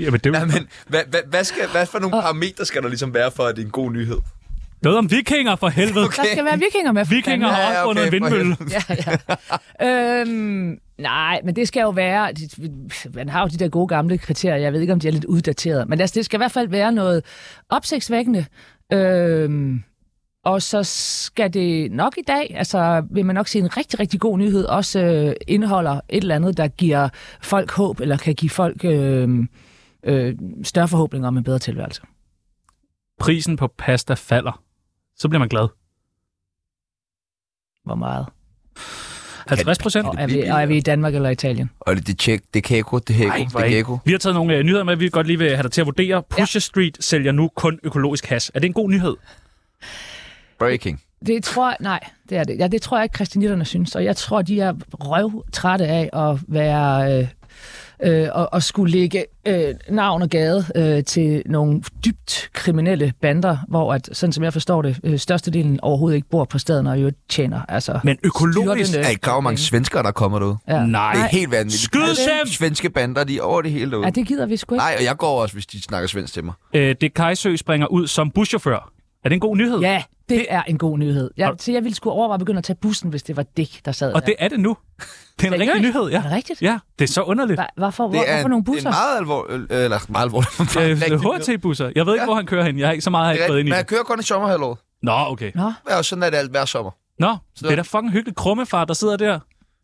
Speaker 3: Jamen, det er jo
Speaker 1: nej, men, hvad, hvad, hvad, skal, hvad for nogle parametre skal der ligesom være for, at det er en god nyhed?
Speaker 3: noget om vikinger for helvede.
Speaker 4: Der skal være vikinger med. for
Speaker 3: Vikinger
Speaker 4: fanden.
Speaker 3: har
Speaker 1: Ja, ja,
Speaker 3: opfundet
Speaker 1: okay,
Speaker 3: en
Speaker 1: for
Speaker 3: vindmølle.
Speaker 4: ja, ja. øhm, nej, men det skal jo være... Man har jo de der gode gamle kriterier. Jeg ved ikke, om de er lidt uddateret. Men altså, det skal i hvert fald være noget opsigtsvækkende. Øhm, og så skal det nok i dag, altså vil man nok sige en rigtig, rigtig god nyhed, også øh, indeholder et eller andet, der giver folk håb, eller kan give folk øh, øh, større forhåbninger om en bedre tilværelse.
Speaker 3: Prisen på pasta falder. Så bliver man glad.
Speaker 4: Hvor meget?
Speaker 3: 50 procent.
Speaker 4: Og er, vi, og er vi i Danmark eller Italien?
Speaker 1: Og det, det tjek, det kæko, det hæko, det kæko.
Speaker 3: Vi har taget nogle uh, nyheder med, vi godt lige vil have dig til at vurdere. Pusher Street sælger nu kun økologisk hash. Er det en god nyhed?
Speaker 1: Breaking.
Speaker 4: Det tror jeg, nej, det er det. Ja, det tror jeg ikke, kristinitterne synes, og jeg tror, de er røvtrætte af at være... Øh, øh, og, og skulle lægge øh, navn og gade øh, til nogle dybt kriminelle bander, hvor at, sådan som jeg forstår det, øh, størstedelen overhovedet ikke bor på staden og jo tjener. Altså,
Speaker 3: Men økologisk?
Speaker 1: Er I klar, hvor mange svenskere, der kommer derud?
Speaker 4: Ja.
Speaker 3: Nej.
Speaker 1: Det er helt vanvittigt.
Speaker 3: Skyd
Speaker 1: Alle
Speaker 3: dem!
Speaker 1: Svenske bander, de er over det hele derude.
Speaker 4: Ja, det gider vi sgu ikke.
Speaker 1: Nej, og jeg går også, hvis de snakker svensk til mig.
Speaker 3: Øh, det Kajsø springer ud som buschauffør. Er det en god nyhed?
Speaker 4: Ja, det er en god nyhed. Jeg,
Speaker 3: Og-
Speaker 4: så jeg ville skulle overveje at begynde at tage bussen, hvis det var dig, der sad
Speaker 3: Og
Speaker 4: der.
Speaker 3: det er det nu. Det er en rigtig
Speaker 4: Seriøst?
Speaker 3: nyhed, ja.
Speaker 4: Er det rigtigt?
Speaker 3: Ja, det er så underligt.
Speaker 4: Hva- Hvorfor, hvor,
Speaker 1: Det er
Speaker 4: hvorfor nogle
Speaker 1: en
Speaker 4: busser?
Speaker 1: meget alvorlig... Eller meget alvorlig...
Speaker 3: Øh,
Speaker 1: rigtig nyhed.
Speaker 3: HT-busser. Jeg ved ikke,
Speaker 1: Ja.
Speaker 3: hvor han kører hen. Jeg har ikke så meget har jeg
Speaker 1: Det er
Speaker 3: ikke været
Speaker 1: rigtigt,
Speaker 3: ind i
Speaker 1: Men
Speaker 3: det.
Speaker 1: jeg kører kun i sommerhalvåret.
Speaker 3: Nå, okay.
Speaker 4: Nå,
Speaker 1: Ja, og sådan er det alt hver sommer.
Speaker 3: Nå, det er da fucking hyggeligt. Krummefar, der sidder der.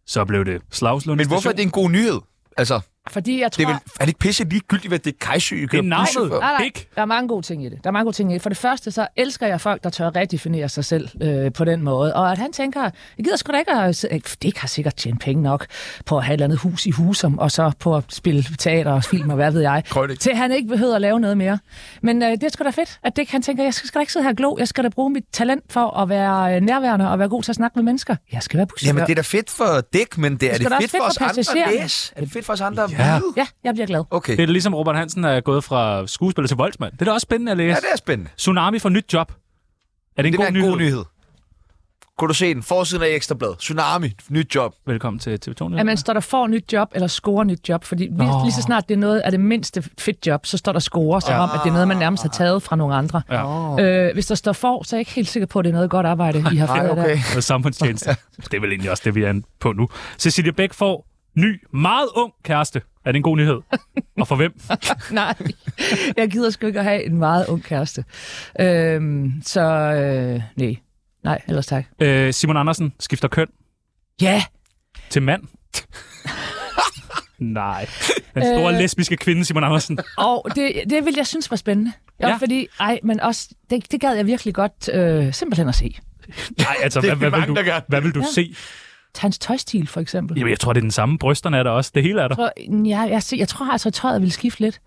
Speaker 3: Så blev det slagslunde
Speaker 1: Men hvorfor er det en god nyhed? Altså,
Speaker 4: fordi jeg tror...
Speaker 1: det er, vel, er det ikke pisse ligegyldigt, hvad det er kejsyg, I
Speaker 3: Det
Speaker 1: kører
Speaker 3: er navnet.
Speaker 1: buschauffør?
Speaker 4: Nej, nej.
Speaker 3: Ikke?
Speaker 4: Der er mange gode ting i det. Der er mange gode ting i det. For det første, så elsker jeg folk, der tør redefinere sig selv øh, på den måde. Og at han tænker, jeg gider sgu da ikke at... sidde- ikke, Det kan sikkert tjene penge nok på at have et eller andet hus i husum, og så på at spille teater og film og hvad ved jeg.
Speaker 1: Krønik.
Speaker 4: Til han ikke behøver at lave noget mere. Men øh, det er sgu da fedt, at det, han tænker, jeg skal, skal da ikke sidde her og glo. Jeg skal da bruge mit talent for at være øh, nærværende og være god til at snakke med mennesker. Jeg skal være buschauffør.
Speaker 1: Jamen, det er da fedt for Dick, men det er
Speaker 4: Det
Speaker 1: det
Speaker 4: skal da
Speaker 1: fedt
Speaker 4: også
Speaker 1: for
Speaker 4: fedt
Speaker 1: os
Speaker 4: for
Speaker 1: andre at
Speaker 4: passagererne.
Speaker 1: læse? Er det fedt for os andre at
Speaker 3: Ja.
Speaker 1: vide?
Speaker 4: Ja, jeg bliver glad.
Speaker 1: Okay.
Speaker 3: Det er ligesom Robert Hansen er gået fra skuespiller til voldsmand. Det er da også spændende at læse.
Speaker 1: Ja, det er spændende.
Speaker 3: Tsunami får nyt job. Er det en,
Speaker 1: Det
Speaker 3: god,
Speaker 1: er en
Speaker 3: nyhed?
Speaker 1: god nyhed. Kunne du se den? Forsiden af Ekstrablad. Tsunami. Nyt job.
Speaker 3: Velkommen til TV2
Speaker 4: At man
Speaker 3: Nyheder.
Speaker 4: står der får nyt job, eller scorer nyt job. Fordi lige,
Speaker 3: Nå.
Speaker 4: lige så snart det er noget af det mindste fedt job, så står der score, som om, at det er noget, man nærmest har taget fra nogle andre.
Speaker 3: Ja.
Speaker 4: Øh, hvis der står for, så er jeg ikke helt sikker på, at det er noget godt arbejde, I har
Speaker 1: Nej,
Speaker 4: fundet
Speaker 1: okay.
Speaker 4: der.
Speaker 3: Og samfundstjeneste. Det er vel egentlig også det, vi er an- på nu. Cecilia Bæk får ny, meget ung kæreste. Er det en god nyhed? Og for hvem?
Speaker 4: Nej, jeg gider sgu ikke at have en meget ung kæreste. Øh, så øh, nej. Nej, ellers tak.
Speaker 3: Øh, Simon Andersen skifter køn
Speaker 4: Ja,
Speaker 3: til mand. Nej. Den store
Speaker 4: Øh.
Speaker 3: lesbiske kvinde, Simon Andersen.
Speaker 4: og det, det ville jeg synes var spændende. Jo,
Speaker 3: Ja.
Speaker 4: ja. fordi, ej, men også, det, det gad jeg virkelig godt øh, simpelthen at se.
Speaker 3: Nej, altså,
Speaker 1: Det er
Speaker 3: hvad, hvad,
Speaker 1: mange,
Speaker 3: vil du,
Speaker 1: der gør det.
Speaker 3: hvad vil du
Speaker 4: Ja.
Speaker 3: se?
Speaker 4: Hans tøjstil, for eksempel.
Speaker 3: Jamen, jeg tror, det er den samme. Brysterne er der også. Det hele er der.
Speaker 4: tror, ja, jeg, jeg, jeg tror altså, at tøjet ville skifte lidt.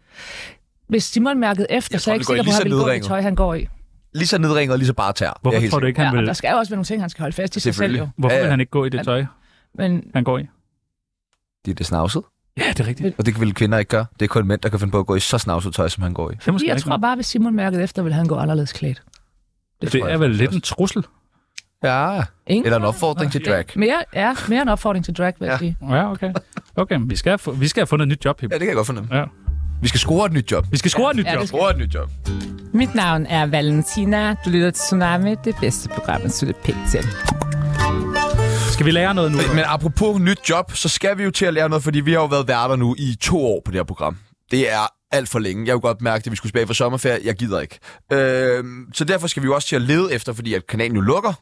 Speaker 4: Hvis Simon mærkede efter,
Speaker 1: Jeg
Speaker 4: så
Speaker 1: tror,
Speaker 4: er jeg
Speaker 1: det
Speaker 4: ikke
Speaker 1: går i lige
Speaker 4: sikker på, at
Speaker 1: så
Speaker 4: han ville gå i det
Speaker 1: nedringet.
Speaker 4: tøj, han går i.
Speaker 1: Lige så nedringet og lige så bare tær. Det er
Speaker 3: Hvorfor
Speaker 1: helt
Speaker 3: tror du ikke,
Speaker 4: Ja,
Speaker 3: han
Speaker 4: og
Speaker 3: vil...
Speaker 4: der skal jo også være nogle ting, han skal holde fast i sig selv.
Speaker 1: Selvfølgelig.
Speaker 4: Jo.
Speaker 3: Hvorfor
Speaker 1: Ja, ja.
Speaker 3: vil han ikke gå i det tøj,
Speaker 4: Men
Speaker 3: han går i?
Speaker 1: Det er det snavset.
Speaker 3: Ja, det er rigtigt.
Speaker 1: Og det vil kvinder ikke gøre. Det er kun mænd, der kan finde på at gå i så snavset tøj, som han går i.
Speaker 3: Det er måske
Speaker 4: jeg
Speaker 3: rigtigt
Speaker 4: tror
Speaker 3: nok.
Speaker 4: bare, hvis Simon mærkede efter, ville han gå anderledes klædt.
Speaker 1: Det,
Speaker 3: det er vel lidt en trussel.
Speaker 1: Ja.
Speaker 4: Ingen
Speaker 1: Eller en opfordring til drag.
Speaker 4: Mere, ja, mere en opfordring til drag, vil jeg
Speaker 1: Ja.
Speaker 4: ja. sige.
Speaker 3: Ja, okay. Okay, men vi skal, have, fu- vi skal have fundet et nyt job, Hib.
Speaker 1: Ja, det kan jeg godt fornemme.
Speaker 3: Ja.
Speaker 1: Vi skal score et nyt job.
Speaker 3: Vi skal score et nyt
Speaker 4: Ja,
Speaker 3: job.
Speaker 4: det skal-
Speaker 1: Score et nyt job.
Speaker 4: Mit navn er Valentina. Du lytter til Tsunami, det bedste program, man synes pænt til.
Speaker 3: Skal vi lære noget nu?
Speaker 1: Men, men apropos nyt job, så skal vi jo til at lære noget, fordi vi har jo været værter nu i to år på det her program. Det er alt for længe. Jeg kunne godt mærke, at vi skulle tilbage fra sommerferie. Jeg gider ikke. Øh, så derfor skal vi jo også til at lede efter, fordi at kanalen jo lukker.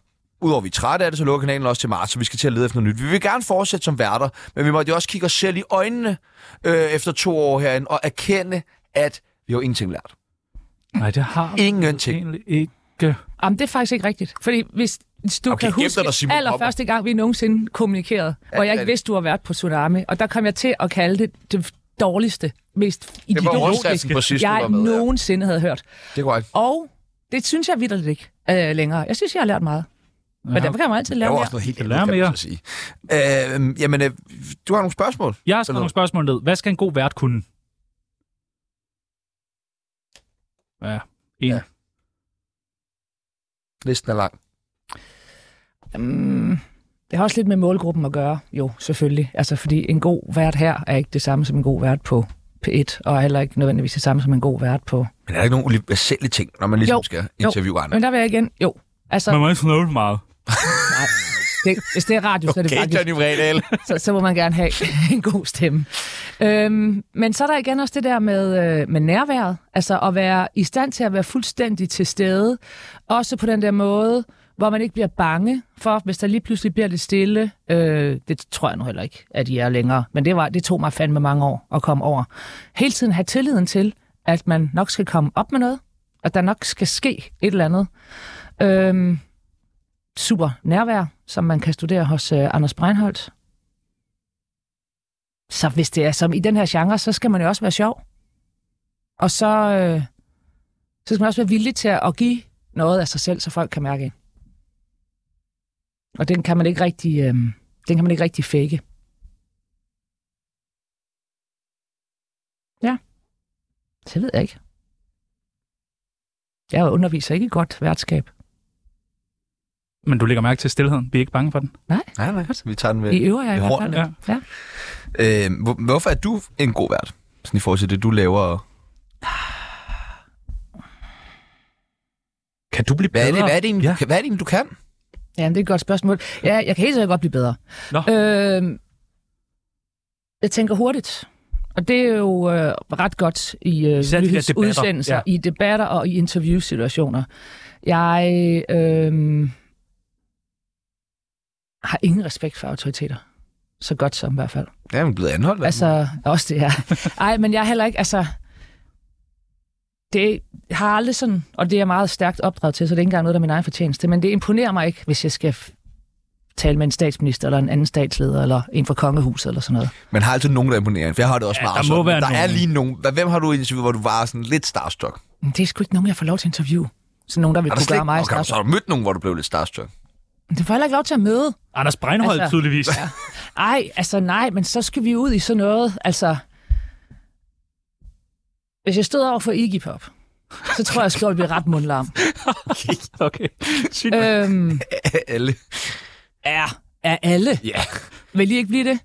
Speaker 1: Udover at vi er trætte af det, så lukker kanalen også til marts, så vi skal til at lede efter noget nyt. Vi vil gerne fortsætte som værter, men vi måtte jo også kigge os selv i øjnene øh, efter to år herinde og erkende, at vi har jo ingenting lært.
Speaker 3: Nej, det har vi
Speaker 1: Ingenting.
Speaker 3: egentlig ikke.
Speaker 4: Jamen, det er faktisk ikke rigtigt. Fordi hvis hvis du
Speaker 1: Okay,
Speaker 4: okay, kan
Speaker 1: gem dig
Speaker 4: huske
Speaker 1: der, Simon
Speaker 4: allerførste gang, vi nogensinde kommunikerede, ja, hvor jeg
Speaker 1: ja,
Speaker 4: ikke
Speaker 1: det-
Speaker 4: vidste, du har været på Tsunami, og der kom jeg til at kalde det det dårligste, mest
Speaker 1: Det var
Speaker 4: idiotiske,
Speaker 1: overskriften på sidst, du
Speaker 4: jeg
Speaker 1: var med. ja.
Speaker 4: nogensinde havde hørt.
Speaker 1: Det er korrekt.
Speaker 4: Og det synes jeg vidderligt ikke øh, længere. Jeg synes, jeg har lært meget. Men derfor kan man altid
Speaker 1: Det
Speaker 4: lære
Speaker 1: var
Speaker 4: mere.
Speaker 1: også noget helt
Speaker 3: Kan
Speaker 1: andet, kan
Speaker 3: lære
Speaker 1: man så sige. Øh, jamen, øh, du har nogle spørgsmål.
Speaker 3: Jeg har skrevet nogle spørgsmål ned. Hvad skal en god vært kunne? Ja, en.
Speaker 1: Ja.
Speaker 3: Ja.
Speaker 1: Listen er lang.
Speaker 4: Mm, det har også lidt med målgruppen at gøre, jo, selvfølgelig. Altså, fordi en god vært her er ikke det samme som en god vært på P1, og er heller ikke nødvendigvis det samme som en god vært på...
Speaker 1: Men er der ikke nogen universelle ting, når man ligesom
Speaker 4: Jo,
Speaker 1: skal interviewe andre?
Speaker 4: Men der vil jeg igen... Jo, altså...
Speaker 3: Man må ikke snøve for meget.
Speaker 4: Nej. Det, hvis det er radio, så er det faktisk...
Speaker 1: Vredal.
Speaker 4: så, så må man gerne have en god stemme. Øhm, men så er der igen også det der med, øh, med nærværet. Altså at være i stand til at være fuldstændig til stede. Også på den der måde, hvor man ikke bliver bange for, hvis der lige pludselig bliver lidt stille. Øh, det tror jeg nu heller ikke, at I er længere. Men det, var, det tog mig fandme mange år at komme over. Hele tiden have tilliden til, at man nok skal komme op med noget. At der nok skal ske et eller andet. Øhm, super nærvær, som man kan studere hos øh, Anders Breinholt. Så hvis det er som i den her genre, så skal man jo også være sjov. Og så, øh, så skal man også være villig til at give noget af sig selv, så folk kan mærke en. Og den kan man ikke rigtig, øh, den kan man ikke rigtig fake. Ja. Det ved jeg ikke. Jeg underviser ikke i godt værtskab.
Speaker 3: Men du lægger mærke til stillheden. Vi er ikke bange for den.
Speaker 1: Nej, nej, så vi tager den med.
Speaker 4: I øver jeg i
Speaker 1: med
Speaker 4: hvert fald.
Speaker 1: hornene.
Speaker 3: Ja.
Speaker 4: Ja.
Speaker 1: Øh, hvor- hvorfor er du en god vært? Sådan i forhold til det, du laver.
Speaker 3: Kan du blive
Speaker 1: Hvad er det,
Speaker 3: bedre?
Speaker 1: hvad er det, egentlig,
Speaker 3: Ja.
Speaker 1: du, kan, hvad er det egentlig, du kan?
Speaker 4: Jamen, det er et godt spørgsmål. Ja, jeg kan helt sikkert godt blive bedre.
Speaker 3: Nå.
Speaker 4: Øh, jeg tænker hurtigt. Og det er jo øh, ret godt i øh,
Speaker 3: Især de der debatter.
Speaker 4: nyhedsudsendelser,
Speaker 3: Ja.
Speaker 4: ja. i debatter og i interviewsituationer. Jeg øh, har ingen respekt for autoriteter. Så godt som i hvert fald.
Speaker 1: Ja, man er blevet anholdt. Altså,
Speaker 4: Altså, også det her. Ej, men jeg er heller ikke, altså... Det jeg har aldrig sådan, og det er jeg meget stærkt opdraget til, så det er ikke engang noget, der er min egen fortjeneste, men det imponerer mig ikke, hvis jeg skal f- tale med en statsminister, eller en anden statsleder, eller en fra kongehuset, eller sådan noget.
Speaker 1: man har altid nogen, der imponerer. en, For jeg har det også
Speaker 3: Ja,
Speaker 1: meget
Speaker 3: der må
Speaker 1: sådan.
Speaker 3: være
Speaker 1: der er
Speaker 3: nogen.
Speaker 1: lige nogen. Hvad- Hvem har du interviewet, hvor du var sådan lidt starstruck?
Speaker 4: Men det er sgu ikke nogen, jeg får lov til at interviewe. Så nogen, der vil
Speaker 1: Har du
Speaker 4: kunne
Speaker 1: slet
Speaker 4: gøre
Speaker 1: ikke?
Speaker 4: mig
Speaker 1: Okay,
Speaker 4: okay,
Speaker 1: så har du mødt nogen, hvor du blev lidt starstruck.
Speaker 4: Det får jeg heller ikke lov til at møde.
Speaker 3: Anders Breinholt,
Speaker 4: Altså-
Speaker 3: altså, tydeligvis. Ja.
Speaker 4: Ej, altså nej, men så skal vi ud i sådan noget. Altså, hvis jeg stod over for Iggy Pop, så tror jeg, jeg skulle blive ret mundlarm.
Speaker 3: Okay. Sygt.
Speaker 4: øhm,
Speaker 1: Alle.
Speaker 4: er, er alle.
Speaker 1: Ja.
Speaker 4: Vil I ikke blive det?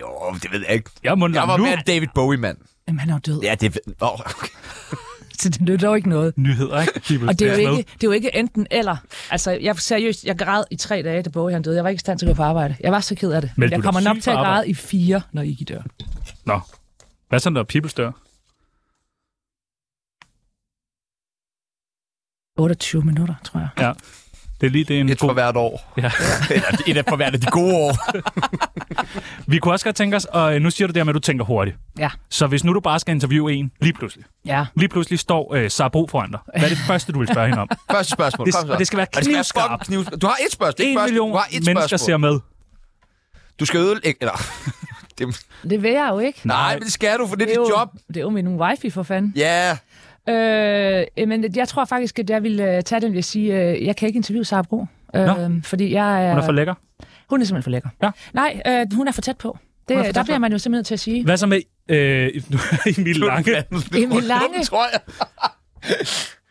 Speaker 1: Jo, det ved jeg ikke.
Speaker 3: Jeg er mundlam
Speaker 1: Jeg var
Speaker 3: nu.
Speaker 1: mere David Bowie, mand.
Speaker 4: Jamen, han er jo død, ja.
Speaker 1: Ja, det ved oh, okay.
Speaker 4: så det nytter jo ikke noget.
Speaker 3: Nyheder, ikke? De vil
Speaker 4: Og det er,
Speaker 3: tage
Speaker 4: jo
Speaker 3: med.
Speaker 4: ikke, det er jo ikke enten eller. Altså, jeg seriøst, jeg græd i tre dage, da Bowie han døde. Jeg var ikke i stand til at gå på arbejde. Jeg var så ked af det.
Speaker 3: Meldte
Speaker 4: jeg
Speaker 3: du dig
Speaker 4: kommer nok
Speaker 3: syg
Speaker 4: til at
Speaker 3: på
Speaker 4: græde
Speaker 3: arbejde?
Speaker 4: i fire, når I dør.
Speaker 3: Nå. Hvad så, når Peoples dør?
Speaker 4: 28 minutter, tror jeg.
Speaker 3: Ja. Det er lige det er en
Speaker 1: Et for
Speaker 3: god...
Speaker 1: hvert år.
Speaker 3: Ja.
Speaker 1: Eller et af for hvert af de gode år.
Speaker 3: Vi kunne også godt tænke os, og øh, nu siger du det her med, at du tænker hurtigt.
Speaker 4: Ja.
Speaker 3: Så hvis nu du bare skal interviewe en, lige pludselig.
Speaker 4: Ja.
Speaker 3: Lige pludselig står øh, Sara Bro foran dig. Hvad er det første, du vil spørge hende om?
Speaker 1: Første spørgsmål.
Speaker 3: Det-
Speaker 1: Kom så.
Speaker 3: og det skal være
Speaker 1: Og det skal
Speaker 3: knivskarpt.
Speaker 1: fucking knivskarpt. Du har et spørgsmål. Det er
Speaker 3: En
Speaker 1: ikke første.
Speaker 3: million
Speaker 1: Du har et
Speaker 3: mennesker
Speaker 1: spørgsmål.
Speaker 3: ser med.
Speaker 1: Du skal ødelægge... Eller... Det,
Speaker 4: Det vil jeg jo ikke.
Speaker 1: nej, men det skal du, for det er
Speaker 4: det er
Speaker 1: dit
Speaker 4: jo,
Speaker 1: job.
Speaker 4: Det er jo min wifi, for fanden.
Speaker 1: Ja.
Speaker 4: Øh, men jeg tror faktisk, at jeg vil øh, tage den, vil jeg sige, øh, jeg kan ikke interviewe Sara Bro. Øh, fordi jeg er...
Speaker 3: Hun er for lækker.
Speaker 4: hun er simpelthen for lækker.
Speaker 3: Ja.
Speaker 4: Nej, øh, hun er for tæt på. Det,
Speaker 3: Hun er for
Speaker 4: der
Speaker 3: tæt
Speaker 4: bliver
Speaker 3: på.
Speaker 4: man jo simpelthen nødt til at sige.
Speaker 3: Hvad så med øh, Emil Lange?
Speaker 4: Emil Lange.
Speaker 1: Det tror jeg.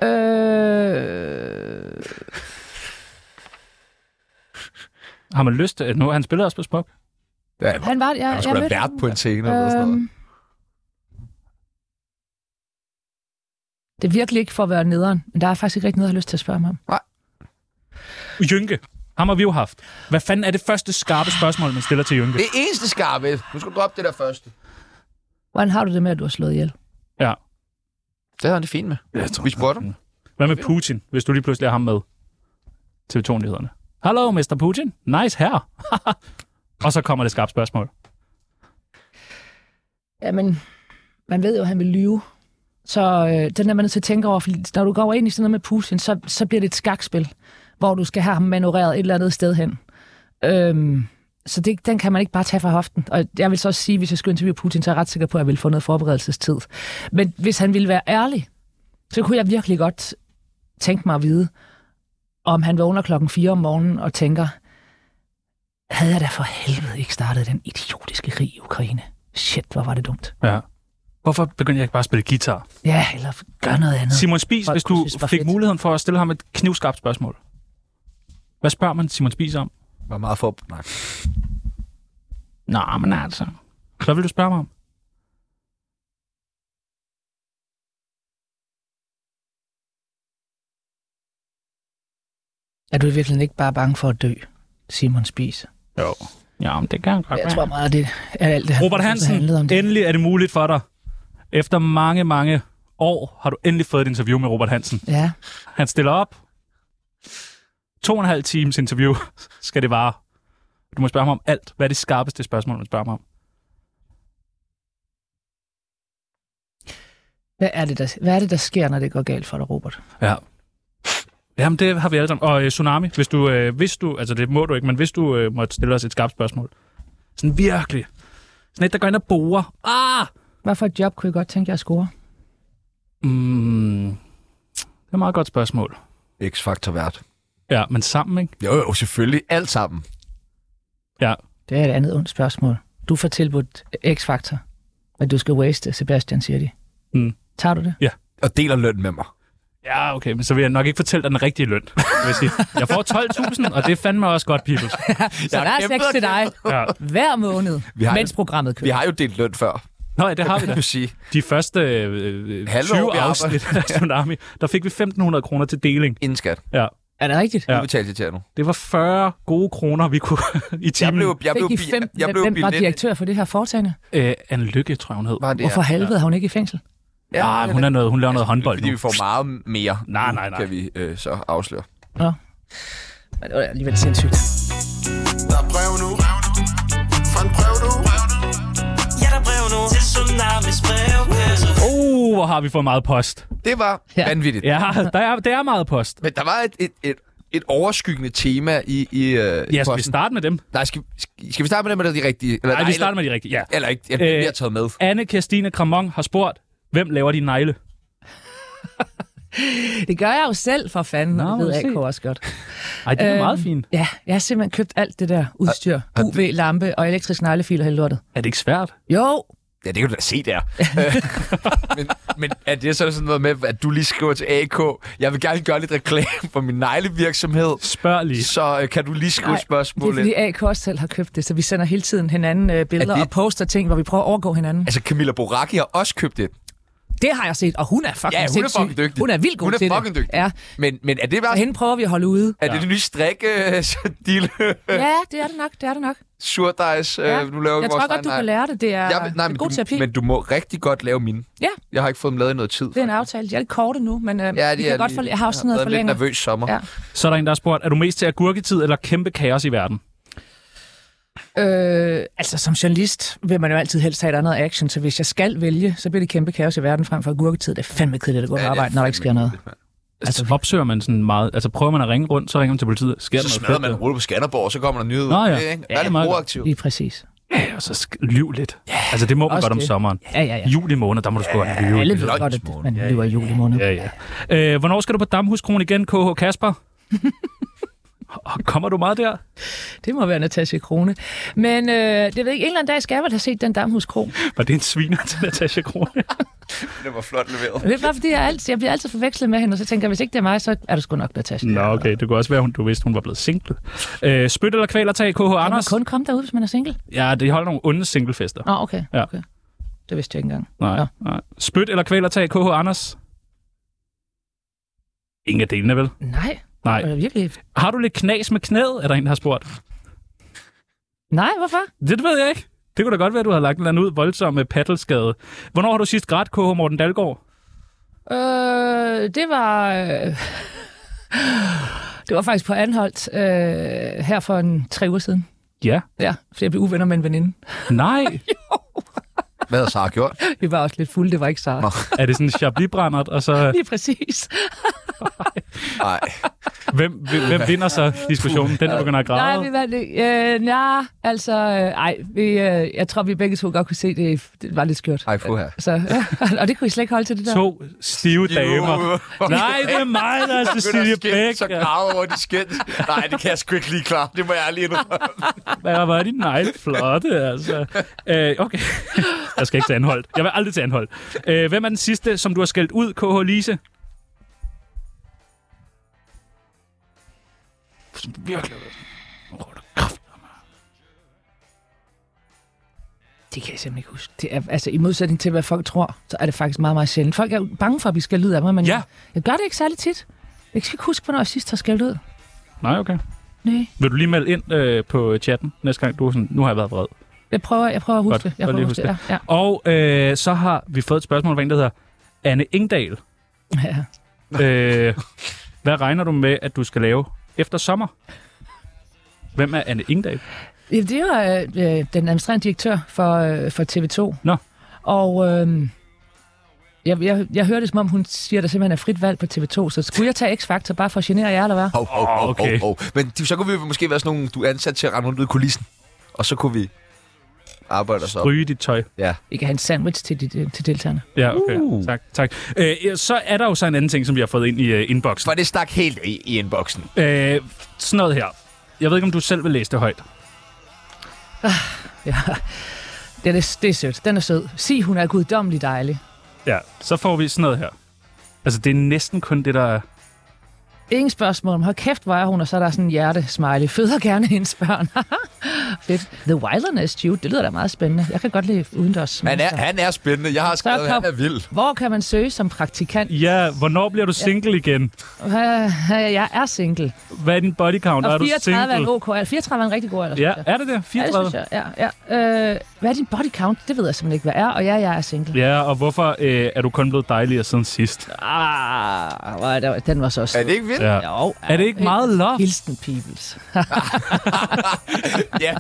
Speaker 4: Øh,
Speaker 3: Har man lyst til... Nu har han spillet også på Smuk.
Speaker 1: Ja,
Speaker 4: han var... Jeg, Øhm,
Speaker 1: han skulle da
Speaker 4: mødte
Speaker 1: vært
Speaker 4: ham.
Speaker 3: Øhm.
Speaker 1: på en scene eller sådan noget.
Speaker 4: Øhm, Det er virkelig ikke for at være nederen, men der er faktisk ikke rigtig noget, jeg har lyst til at spørge mig om.
Speaker 3: Jynke. Ham har vi jo haft. Hvad fanden er det første skarpe spørgsmål, man stiller til Jynke?
Speaker 10: Det eneste skarpe. Nu skal du droppe det der første.
Speaker 4: Hvordan har du det med, at du har slået ihjel?
Speaker 3: Ja.
Speaker 10: Det havde han det fint med. Vi spurgte ham.
Speaker 3: Hvad med Putin, hvis du lige pludselig har ham med? TV2-nyhederne. Hallo, Mr. Putin. Nice her. og så kommer det skarpt spørgsmål.
Speaker 4: Jamen, man ved jo, at han vil lyve. Så øh, den er man nødt til at tænke over, fordi når du går ind i sådan noget med Putin, så, så bliver det et skakspil, hvor du skal have ham manøvreret et eller andet sted hen. Øhm, så det, den kan man ikke bare tage fra hoften. Og jeg vil så også sige, hvis jeg skulle interviewe Putin, så er jeg ret sikker på, at jeg ville få noget forberedelsestid. Men hvis han ville være ærlig, så kunne jeg virkelig godt tænke mig at vide, om han vågner klokken 4 om morgenen og tænker, havde jeg da for helvede ikke startet den idiotiske krig i Ukraine? Shit, hvor var det dumt.
Speaker 3: Ja. Hvorfor begyndte jeg ikke bare at spille guitar?
Speaker 4: Ja, eller gør noget andet.
Speaker 3: Simon Spies,
Speaker 4: Folk
Speaker 3: hvis
Speaker 4: kunne
Speaker 3: du
Speaker 4: synes, det var
Speaker 3: fik
Speaker 4: fedt.
Speaker 3: muligheden for at stille ham et knivskarpt spørgsmål. Hvad spørger man Simon Spies om?
Speaker 1: Var meget for... Nej.
Speaker 3: Nå, men altså. Hvad vil du spørge mig om?
Speaker 4: Er du i virkeligheden ikke bare bange for at dø, Simon Spies?
Speaker 3: Jo. Ja, men det kan jeg godt
Speaker 4: Jeg tror meget, at det er alt det, han
Speaker 3: Robert Hansen,
Speaker 4: handlede om det.
Speaker 3: endelig er det muligt for dig. Efter mange, mange år har du endelig fået et interview med Robert Hansen.
Speaker 4: Ja,
Speaker 3: Han stiller op. To og en halv times interview skal det vare. Du må spørge mig om alt. Hvad er det skarpeste spørgsmål, man spørger mig om?
Speaker 4: hvad er, det, der, hvad er det, der sker, når det går galt for dig, Robert?
Speaker 3: Ja. Jamen, det har vi alle sammen. Og øh, Tsunami, hvis du, øh, hvis du, altså det må du ikke, men hvis du øh, måtte stille os et skarpt spørgsmål. Sådan virkelig. Sådan et, der går ind og borer. Ah!
Speaker 4: Hvad for et job kunne I godt tænke jer at score?
Speaker 3: Mm, det er et meget godt spørgsmål.
Speaker 1: X-Factor vært.
Speaker 3: Ja, men sammen, ikke?
Speaker 1: Jo, jo, selvfølgelig. Alt sammen.
Speaker 3: Ja.
Speaker 4: Det er et andet ondt spørgsmål. Du får tilbudt X-faktor, men du skal waste, Sebastian siger de.
Speaker 3: Mm.
Speaker 4: Tager du det?
Speaker 1: Og deler løn med mig.
Speaker 3: Ja, okay, men så vil jeg nok ikke fortælle dig den rigtige løn. vil Jeg, sige. jeg får 12.000, og det er fandme også godt, people.
Speaker 4: Så der er sex til dig
Speaker 3: Ja.
Speaker 4: hver måned,
Speaker 1: Vi har-
Speaker 4: mens programmet
Speaker 1: Vi
Speaker 4: kører.
Speaker 1: har jo delt løn før.
Speaker 3: Nå, ja, det har vi
Speaker 1: Kan
Speaker 3: da.
Speaker 1: du sige.
Speaker 3: De første øh, øh,
Speaker 1: Halve
Speaker 3: 20
Speaker 1: år, vi
Speaker 3: afsnit af Tsunami, der fik vi 1.500 kroner til deling.
Speaker 1: Inden skat.
Speaker 3: Ja,
Speaker 4: Er det rigtigt?
Speaker 3: Ja.
Speaker 1: Ja. Udbetalt til jer nu.
Speaker 3: det var 40 gode kroner, vi kunne i
Speaker 1: Jeg
Speaker 3: timen.
Speaker 1: blev, jeg blev,
Speaker 4: Fik I
Speaker 1: bi-
Speaker 4: fem,
Speaker 1: jeg blev
Speaker 4: hvem var
Speaker 1: billet.
Speaker 4: direktør for det her foretagende?
Speaker 3: Øh, Anne Lykke, tror jeg, hun hed.
Speaker 1: Var det,
Speaker 4: Ja, Hvorfor helvede ja. har hun ikke i fængsel?
Speaker 1: Ja,
Speaker 3: Ja, hun, er noget, hun laver noget håndbold
Speaker 1: Altså, Fordi
Speaker 3: nu.
Speaker 1: vi får meget mere.
Speaker 3: Nej,
Speaker 1: nu,
Speaker 3: nej, nej.
Speaker 1: Kan vi øh, så afsløre.
Speaker 4: Nå. Men det var alligevel sindssygt.
Speaker 7: Der er brev nu. Fra en brev nu.
Speaker 6: Ja, der er brev nu til Tsunamis brevkasse.
Speaker 3: Uh, hvor har vi fået meget post.
Speaker 1: Det var
Speaker 4: Ja.
Speaker 1: ja. vanvittigt.
Speaker 3: Ja, der er, der er meget post.
Speaker 1: Men der var et, et, et, et overskyggende tema i, i øh,
Speaker 3: Ja, skal vi
Speaker 1: posten.
Speaker 3: starte med dem?
Speaker 1: Nej, skal, skal, skal vi starte med dem, eller de rigtige? Eller,
Speaker 3: Nej, vi starter med de rigtige. Ja.
Speaker 1: eller, eller ikke, jeg bliver
Speaker 3: Øh,
Speaker 1: taget med.
Speaker 3: Anne Kirstine Kramon har spurgt, hvem laver de negle?
Speaker 4: Det gør jeg jo selv, for fanden.
Speaker 3: Nå,
Speaker 4: Nå,
Speaker 3: må
Speaker 4: det ved
Speaker 3: du
Speaker 4: AK
Speaker 3: se.
Speaker 4: også godt.
Speaker 3: Ej, det er
Speaker 4: Øhm,
Speaker 3: øhm, meget fint.
Speaker 4: Ja, jeg har simpelthen købt alt det der udstyr. UV-lampe og elektrisk neglefil og hele lortet.
Speaker 3: Er det ikke svært?
Speaker 4: Jo,
Speaker 1: Ja, det kan du da se der. Øh, men, men er det så sådan noget med, at du lige skriver til AK, jeg vil gerne gøre lidt reklame for min neglevirksomhed,
Speaker 3: Spørg lige.
Speaker 1: så øh, kan du lige skrive
Speaker 4: Nej, det er
Speaker 1: spørgsmålet.
Speaker 4: fordi AK også selv har købt det, så vi sender hele tiden hinanden øh, billeder
Speaker 1: Er
Speaker 4: det...
Speaker 1: det-
Speaker 4: og poster ting, hvor vi prøver at overgå hinanden.
Speaker 1: Altså, Camilla Boracchi har også købt det.
Speaker 4: Det har jeg set, og hun er fucking
Speaker 1: Ja, hun er
Speaker 4: sindssyg.
Speaker 1: fucking dygtig.
Speaker 4: Hun er vildt god
Speaker 1: Hun er
Speaker 4: til
Speaker 1: fucking
Speaker 4: det.
Speaker 1: dygtig.
Speaker 4: Ja,
Speaker 1: Men, men er det
Speaker 4: og
Speaker 1: bare...
Speaker 4: hende prøver vi at holde ude.
Speaker 1: Er det det nye strikke, så dille
Speaker 4: Ja, det er det nok, det er det nok.
Speaker 1: surdejs,
Speaker 4: Ja.
Speaker 1: ja. øh, nu laver vi
Speaker 4: jeg
Speaker 1: vores
Speaker 4: tror godt,
Speaker 1: egen
Speaker 4: du kan
Speaker 1: negl?
Speaker 4: lære det. Det er
Speaker 1: Jeg vil-
Speaker 4: nej,
Speaker 1: men
Speaker 4: god
Speaker 1: du,
Speaker 4: terapi.
Speaker 1: Men du må rigtig godt lave mine.
Speaker 4: Ja.
Speaker 1: Jeg har ikke fået dem lavet i noget tid.
Speaker 4: Det er en aftale. Jeg er lidt korte nu, men øh, ja, vi kan godt forlæ- jeg har også sådan noget
Speaker 1: været en lidt
Speaker 4: forlænger.
Speaker 1: nervøs sommer.
Speaker 4: Ja.
Speaker 1: Ja.
Speaker 3: Så er der en, der har spurgt, er du mest til agurketid eller kæmpe kaos i verden?
Speaker 4: Øh, altså, som journalist vil man jo altid helst have et andet action, så hvis jeg skal vælge, så bliver det kæmpe kaos i verden frem for agurketid. Det er fandme kedeligt at gå på
Speaker 1: Ja, det er
Speaker 4: arbejde, når der ikke sker noget.
Speaker 3: Altså, opsøger man sådan meget... Altså, prøver man at ringe rundt, så ringer man til politiet. Sker
Speaker 1: Så
Speaker 3: der
Speaker 1: smadrer
Speaker 3: noget
Speaker 1: man en
Speaker 3: fedt?
Speaker 1: rulle på Skanderborg, og så kommer der nyheder.
Speaker 3: Nå
Speaker 1: ud af
Speaker 3: ja.
Speaker 1: det, ikke?
Speaker 3: Ja,
Speaker 1: Der er
Speaker 3: meget
Speaker 1: lidt
Speaker 3: godt.
Speaker 1: proaktiv.
Speaker 4: Lige præcis.
Speaker 3: Ja, og så sk- lyv lidt. Yeah. Altså, det må man
Speaker 4: også
Speaker 3: godt om
Speaker 4: det.
Speaker 3: sommeren.
Speaker 4: Ja, ja, ja.
Speaker 3: Juli måned, der må du sgu yeah. lyve.
Speaker 4: Alle ved
Speaker 1: løgn
Speaker 4: godt,
Speaker 1: i
Speaker 4: at
Speaker 1: morgen.
Speaker 4: man lever i juli måned.
Speaker 3: Ja, ja. Øh, hvornår skal du på Damhuskron igen, KH Kasper? Og Kommer du meget der?
Speaker 4: Det må være Natasha Krone. Men øh, det ved jeg ikke, en eller anden dag skal jeg vel have set den Damhus Kro.
Speaker 3: Var det en sviner til Natasha Krone?
Speaker 1: Det var flot leveret.
Speaker 4: Det er bare fordi, jeg, altid, jeg bliver altid forvekslet med hende, og så tænker jeg, hvis ikke det er mig, så er det sgu nok Natasha.
Speaker 3: Nå, okay. Det kunne også være, hun, du vidste, hun var blevet single. Øh, spyt eller kvælertag, KH
Speaker 4: Kan man
Speaker 3: Anders?
Speaker 4: kun komme derud, hvis man er single?
Speaker 3: Ja, det holder nogle onde singlefester.
Speaker 4: Nå, okay.
Speaker 3: Ja.
Speaker 4: okay. Det vidste jeg ikke engang.
Speaker 3: Nej,
Speaker 4: Ja.
Speaker 3: nej. Spyt eller kvælertag, KH Anders? Ingen af delene, vel?
Speaker 4: Nej,
Speaker 3: Nej.
Speaker 4: er det virkelig?
Speaker 3: Har du lidt knas med knæet, er der en, der har spurgt.
Speaker 4: Nej, hvorfor?
Speaker 3: Det ved jeg ikke. Det kunne da godt være, at du har lagt en eller anden ud voldsom øh, paddelskade. Hvornår har du sidst grædt, KH Morten Dalgaard?
Speaker 4: Øh, det var... Øh, det var faktisk på Anholdt øh, her for en tre uger siden.
Speaker 3: Ja.
Speaker 4: Ja, fordi jeg blev uvenner med en veninde.
Speaker 3: Nej.
Speaker 10: Hvad har Sara gjort?
Speaker 4: Vi var også lidt fulde, det var ikke Sara.
Speaker 3: er det sådan en chablis og så... øh,
Speaker 4: Lige præcis.
Speaker 10: Nej.
Speaker 3: Hvem, hvem, hvem vinder så diskussionen? Den, der begynder at græde?
Speaker 4: Nej, vi vandt ikke. Øh, nej, altså... Øh, ej, vi, øh, jeg tror, vi begge to godt kunne se, det, det var lidt skørt.
Speaker 10: Ej, fuha.
Speaker 4: Så, ja, og det kunne I slet ikke holde til det der.
Speaker 3: To stive damer. Nej, det er mig, der er Cecilie Bæk.
Speaker 10: Så graver over de skændt. Nej, det kan jeg sgu ikke lige klare. Det må jeg lige nu.
Speaker 3: Hvad var de negle flotte, altså. Øh, okay. Jeg skal ikke til anholdt. Jeg vil aldrig til anholdt. Øh, hvem er den sidste, som du har skældt ud, KH Lise? Virkelig.
Speaker 4: Det kan jeg simpelthen ikke huske. Det er, altså, i modsætning til, hvad folk tror, så er det faktisk meget, meget sjældent. Folk er jo bange for, at vi skal lyde af mig, men
Speaker 3: Ja.
Speaker 4: jeg, jeg gør det ikke særlig tit. Jeg kan ikke huske, hvornår jeg sidst har skældt ud.
Speaker 3: Nej, okay.
Speaker 4: Nej.
Speaker 3: Vil du lige melde ind øh, på chatten næste gang? Du er sådan, nu har jeg været vred.
Speaker 4: Jeg prøver, jeg prøver at huske
Speaker 3: Godt.
Speaker 4: det. Jeg
Speaker 3: Godt
Speaker 4: prøver
Speaker 3: lige
Speaker 4: at
Speaker 3: at
Speaker 4: huske
Speaker 3: huske
Speaker 4: det. Ja,
Speaker 3: Og øh, så har vi fået et spørgsmål fra en, der hedder Anne Ingdal.
Speaker 4: ja. ja.
Speaker 3: Øh, hvad regner du med, at du skal lave efter sommer? Hvem er Anne Ingdal?
Speaker 4: Ja, det er jo øh, øh, den administrerende direktør for, øh, for TV2.
Speaker 3: Nå.
Speaker 4: Og øh, jeg, jeg, jeg hører det, som om hun siger, at der simpelthen er frit valg på TV2, så skulle jeg tage X-Factor bare for at genere jer, eller hvad?
Speaker 1: Hov, hov, hov,
Speaker 3: Okay.
Speaker 1: Ah, okay. hov, hov. Men de- så kunne vi måske være sådan nogle, du er ansat til at rende rundt ud i kulissen. Og så kunne vi arbejde os op.
Speaker 3: Ryge dit tøj.
Speaker 4: I kan have en sandwich til, de, til deltagerne.
Speaker 3: Ja, okay. Uh. Tak. tak. Øh, ja, så er der jo så en anden ting, som vi har fået ind i uh, inboxen.
Speaker 1: For det stak helt i, i inboxen.
Speaker 3: Øh, sådan noget her. Jeg ved ikke, om du selv vil læse det højt.
Speaker 4: Ja. Det er, det er sødt. Den er sød. Sig, hun er guddommelig dejlig.
Speaker 3: Ja. Så får vi sådan noget her. Altså, det er næsten kun det, der er...
Speaker 4: Ingen spørgsmål om, hold kæft, hvor er hun, og så er der sådan en hjerte-smiley. Føder gerne hendes børn. Fedt. The Wilderness, Jude, det lyder da meget spændende. Jeg kan godt lide udendørs.
Speaker 1: Han er, han er spændende. Jeg har skrevet,
Speaker 4: kom.
Speaker 1: han er vild.
Speaker 4: Hvor kan man søge som praktikant?
Speaker 3: Ja, hvornår bliver du single igen?
Speaker 4: Øh, Jeg er single.
Speaker 3: Hvad er din body count? er
Speaker 4: Og
Speaker 3: du
Speaker 4: 34 er en
Speaker 3: single?
Speaker 4: ok alder. 34 er en rigtig god alder.
Speaker 3: Ja,
Speaker 4: synes jeg.
Speaker 3: er det det?
Speaker 4: ja det
Speaker 3: 34?
Speaker 4: synes jeg. Ja, ja. Øh, hvad er din body count? Det ved jeg simpelthen ikke, hvad er. Og ja, jeg er single.
Speaker 3: Ja, og hvorfor øh, er du kun blevet dejligere siden sidst?
Speaker 4: Ah, hvor er der- den var så sød.
Speaker 1: Er det ikke vildt?
Speaker 3: Ja.
Speaker 4: Jo,
Speaker 3: Er det ikke meget love?
Speaker 4: Hilsen, peoples.
Speaker 1: Ja,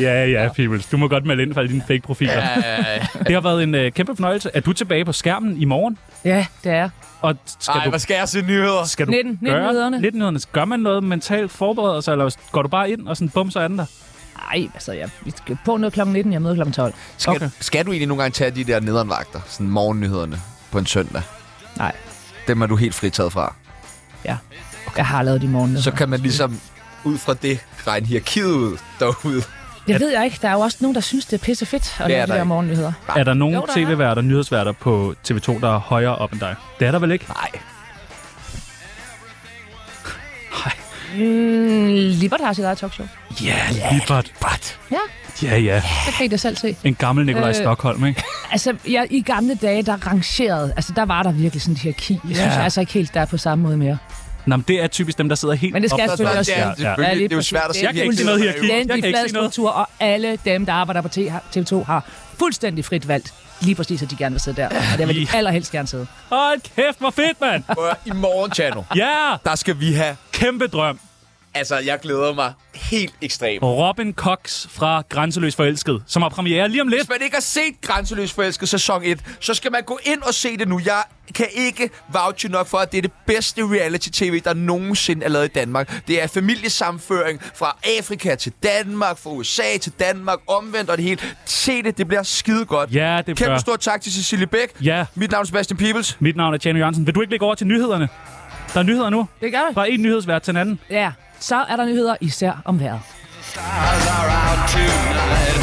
Speaker 3: Ja, ja, Peoples. Du må godt melde ind for alle dine fake-profiler. Ja, ja, ja. Det har været en øh, kæmpe fornøjelse. Er du tilbage på skærmen i morgen?
Speaker 4: Ja, det er.
Speaker 3: Og skal
Speaker 1: Ej,
Speaker 3: du
Speaker 1: hvad skal jeg se nyheder?
Speaker 3: Skal du
Speaker 4: 19
Speaker 3: gøre
Speaker 4: 19-nyderne.
Speaker 3: 19 Gør man noget mentalt forbereder sig, eller går du bare ind og sådan bum, så er den der?
Speaker 4: Ej, altså, jeg vi skal på noget kl. 19, jeg møder kl. 12.
Speaker 1: Skal,
Speaker 3: Okay.
Speaker 1: okay. skal du egentlig nogle gange tage de der nederenvagter? Sådan morgennyhederne på en søndag?
Speaker 4: Nej,
Speaker 1: Dem er du helt fritaget fra.
Speaker 4: jeg har lavet de morgener.
Speaker 1: Så kan man ligesom ud fra det regne hierarkiet ud derude.
Speaker 4: Det ved jeg ikke. Der er jo også nogen, der synes, det er pisse fedt
Speaker 1: Det
Speaker 4: at
Speaker 1: er
Speaker 4: lave de
Speaker 1: der
Speaker 4: der
Speaker 1: ikke.
Speaker 4: morgennyheder.
Speaker 3: Er der nogen
Speaker 4: Jo,
Speaker 3: jo,
Speaker 4: der er.
Speaker 3: tv-værter, nyhedsværter på TV2, der er højere op end dig? Det er der vel ikke?
Speaker 1: Nej.
Speaker 4: Mm, Libert har sit eget talkshow.
Speaker 3: Ja, Libert.
Speaker 4: Ja.
Speaker 3: Ja, ja.
Speaker 4: Det kan I da selv se.
Speaker 3: En gammel Nikolaj
Speaker 4: Øh.
Speaker 3: Stockholm, ikke?
Speaker 4: Altså, jeg, i gamle dage, der rangerede, altså der var der virkelig sådan et hierarki. Jeg synes altså ikke helt, der er på samme måde mere.
Speaker 3: Nå, men det er typisk dem, der sidder helt
Speaker 4: Men det skal
Speaker 3: op.
Speaker 4: jeg selvfølgelig også
Speaker 1: Ja,
Speaker 3: Ja,
Speaker 1: ja.
Speaker 3: ja.
Speaker 1: selvfølgelig. Det er jo svært at se
Speaker 3: Jeg kan ikke se noget hierarki. Jeg kan
Speaker 4: Fuldstændig
Speaker 3: ikke
Speaker 4: flad
Speaker 3: se noget.
Speaker 4: struktur, og alle dem, der arbejder på T- TV2, har fuldstændig frit valgt lige præcis, at de gerne vil sidde der. Og der vil de allerhelst gerne sidde.
Speaker 3: Hold kæft, hvor fedt, mand!
Speaker 1: I morgen, Chano,
Speaker 3: Ja,
Speaker 1: der skal vi have...
Speaker 3: kæmpe drøm.
Speaker 1: Altså, jeg glæder mig helt ekstremt.
Speaker 3: Robin Cox fra Grænseløs Forelsket, som har premiere lige om lidt.
Speaker 1: Hvis man ikke har set Grænseløs Forelsket sæson 1, så skal man gå ind og se det nu. Jeg kan ikke vouche nok for, at det er det bedste reality-tv, der nogensinde er lavet i Danmark. Det er familiesamføring fra Afrika til Danmark, fra USA til Danmark, omvendt og det hele. Se det, det bliver skide godt.
Speaker 3: Ja, det bør.
Speaker 1: Kæmpe stor tak til Cecilie Bæk.
Speaker 3: Ja.
Speaker 1: Mit navn er Sebastian Peebles.
Speaker 3: Mit navn er Tjerno Jørgensen. Vil du ikke lægge over til nyhederne? Der er nyheder nu.
Speaker 4: Det gør vi.
Speaker 3: Bare en nyhedsvært til en anden.
Speaker 4: Ja, så er der nyheder især om vejret.
Speaker 7: Stars are out tonight.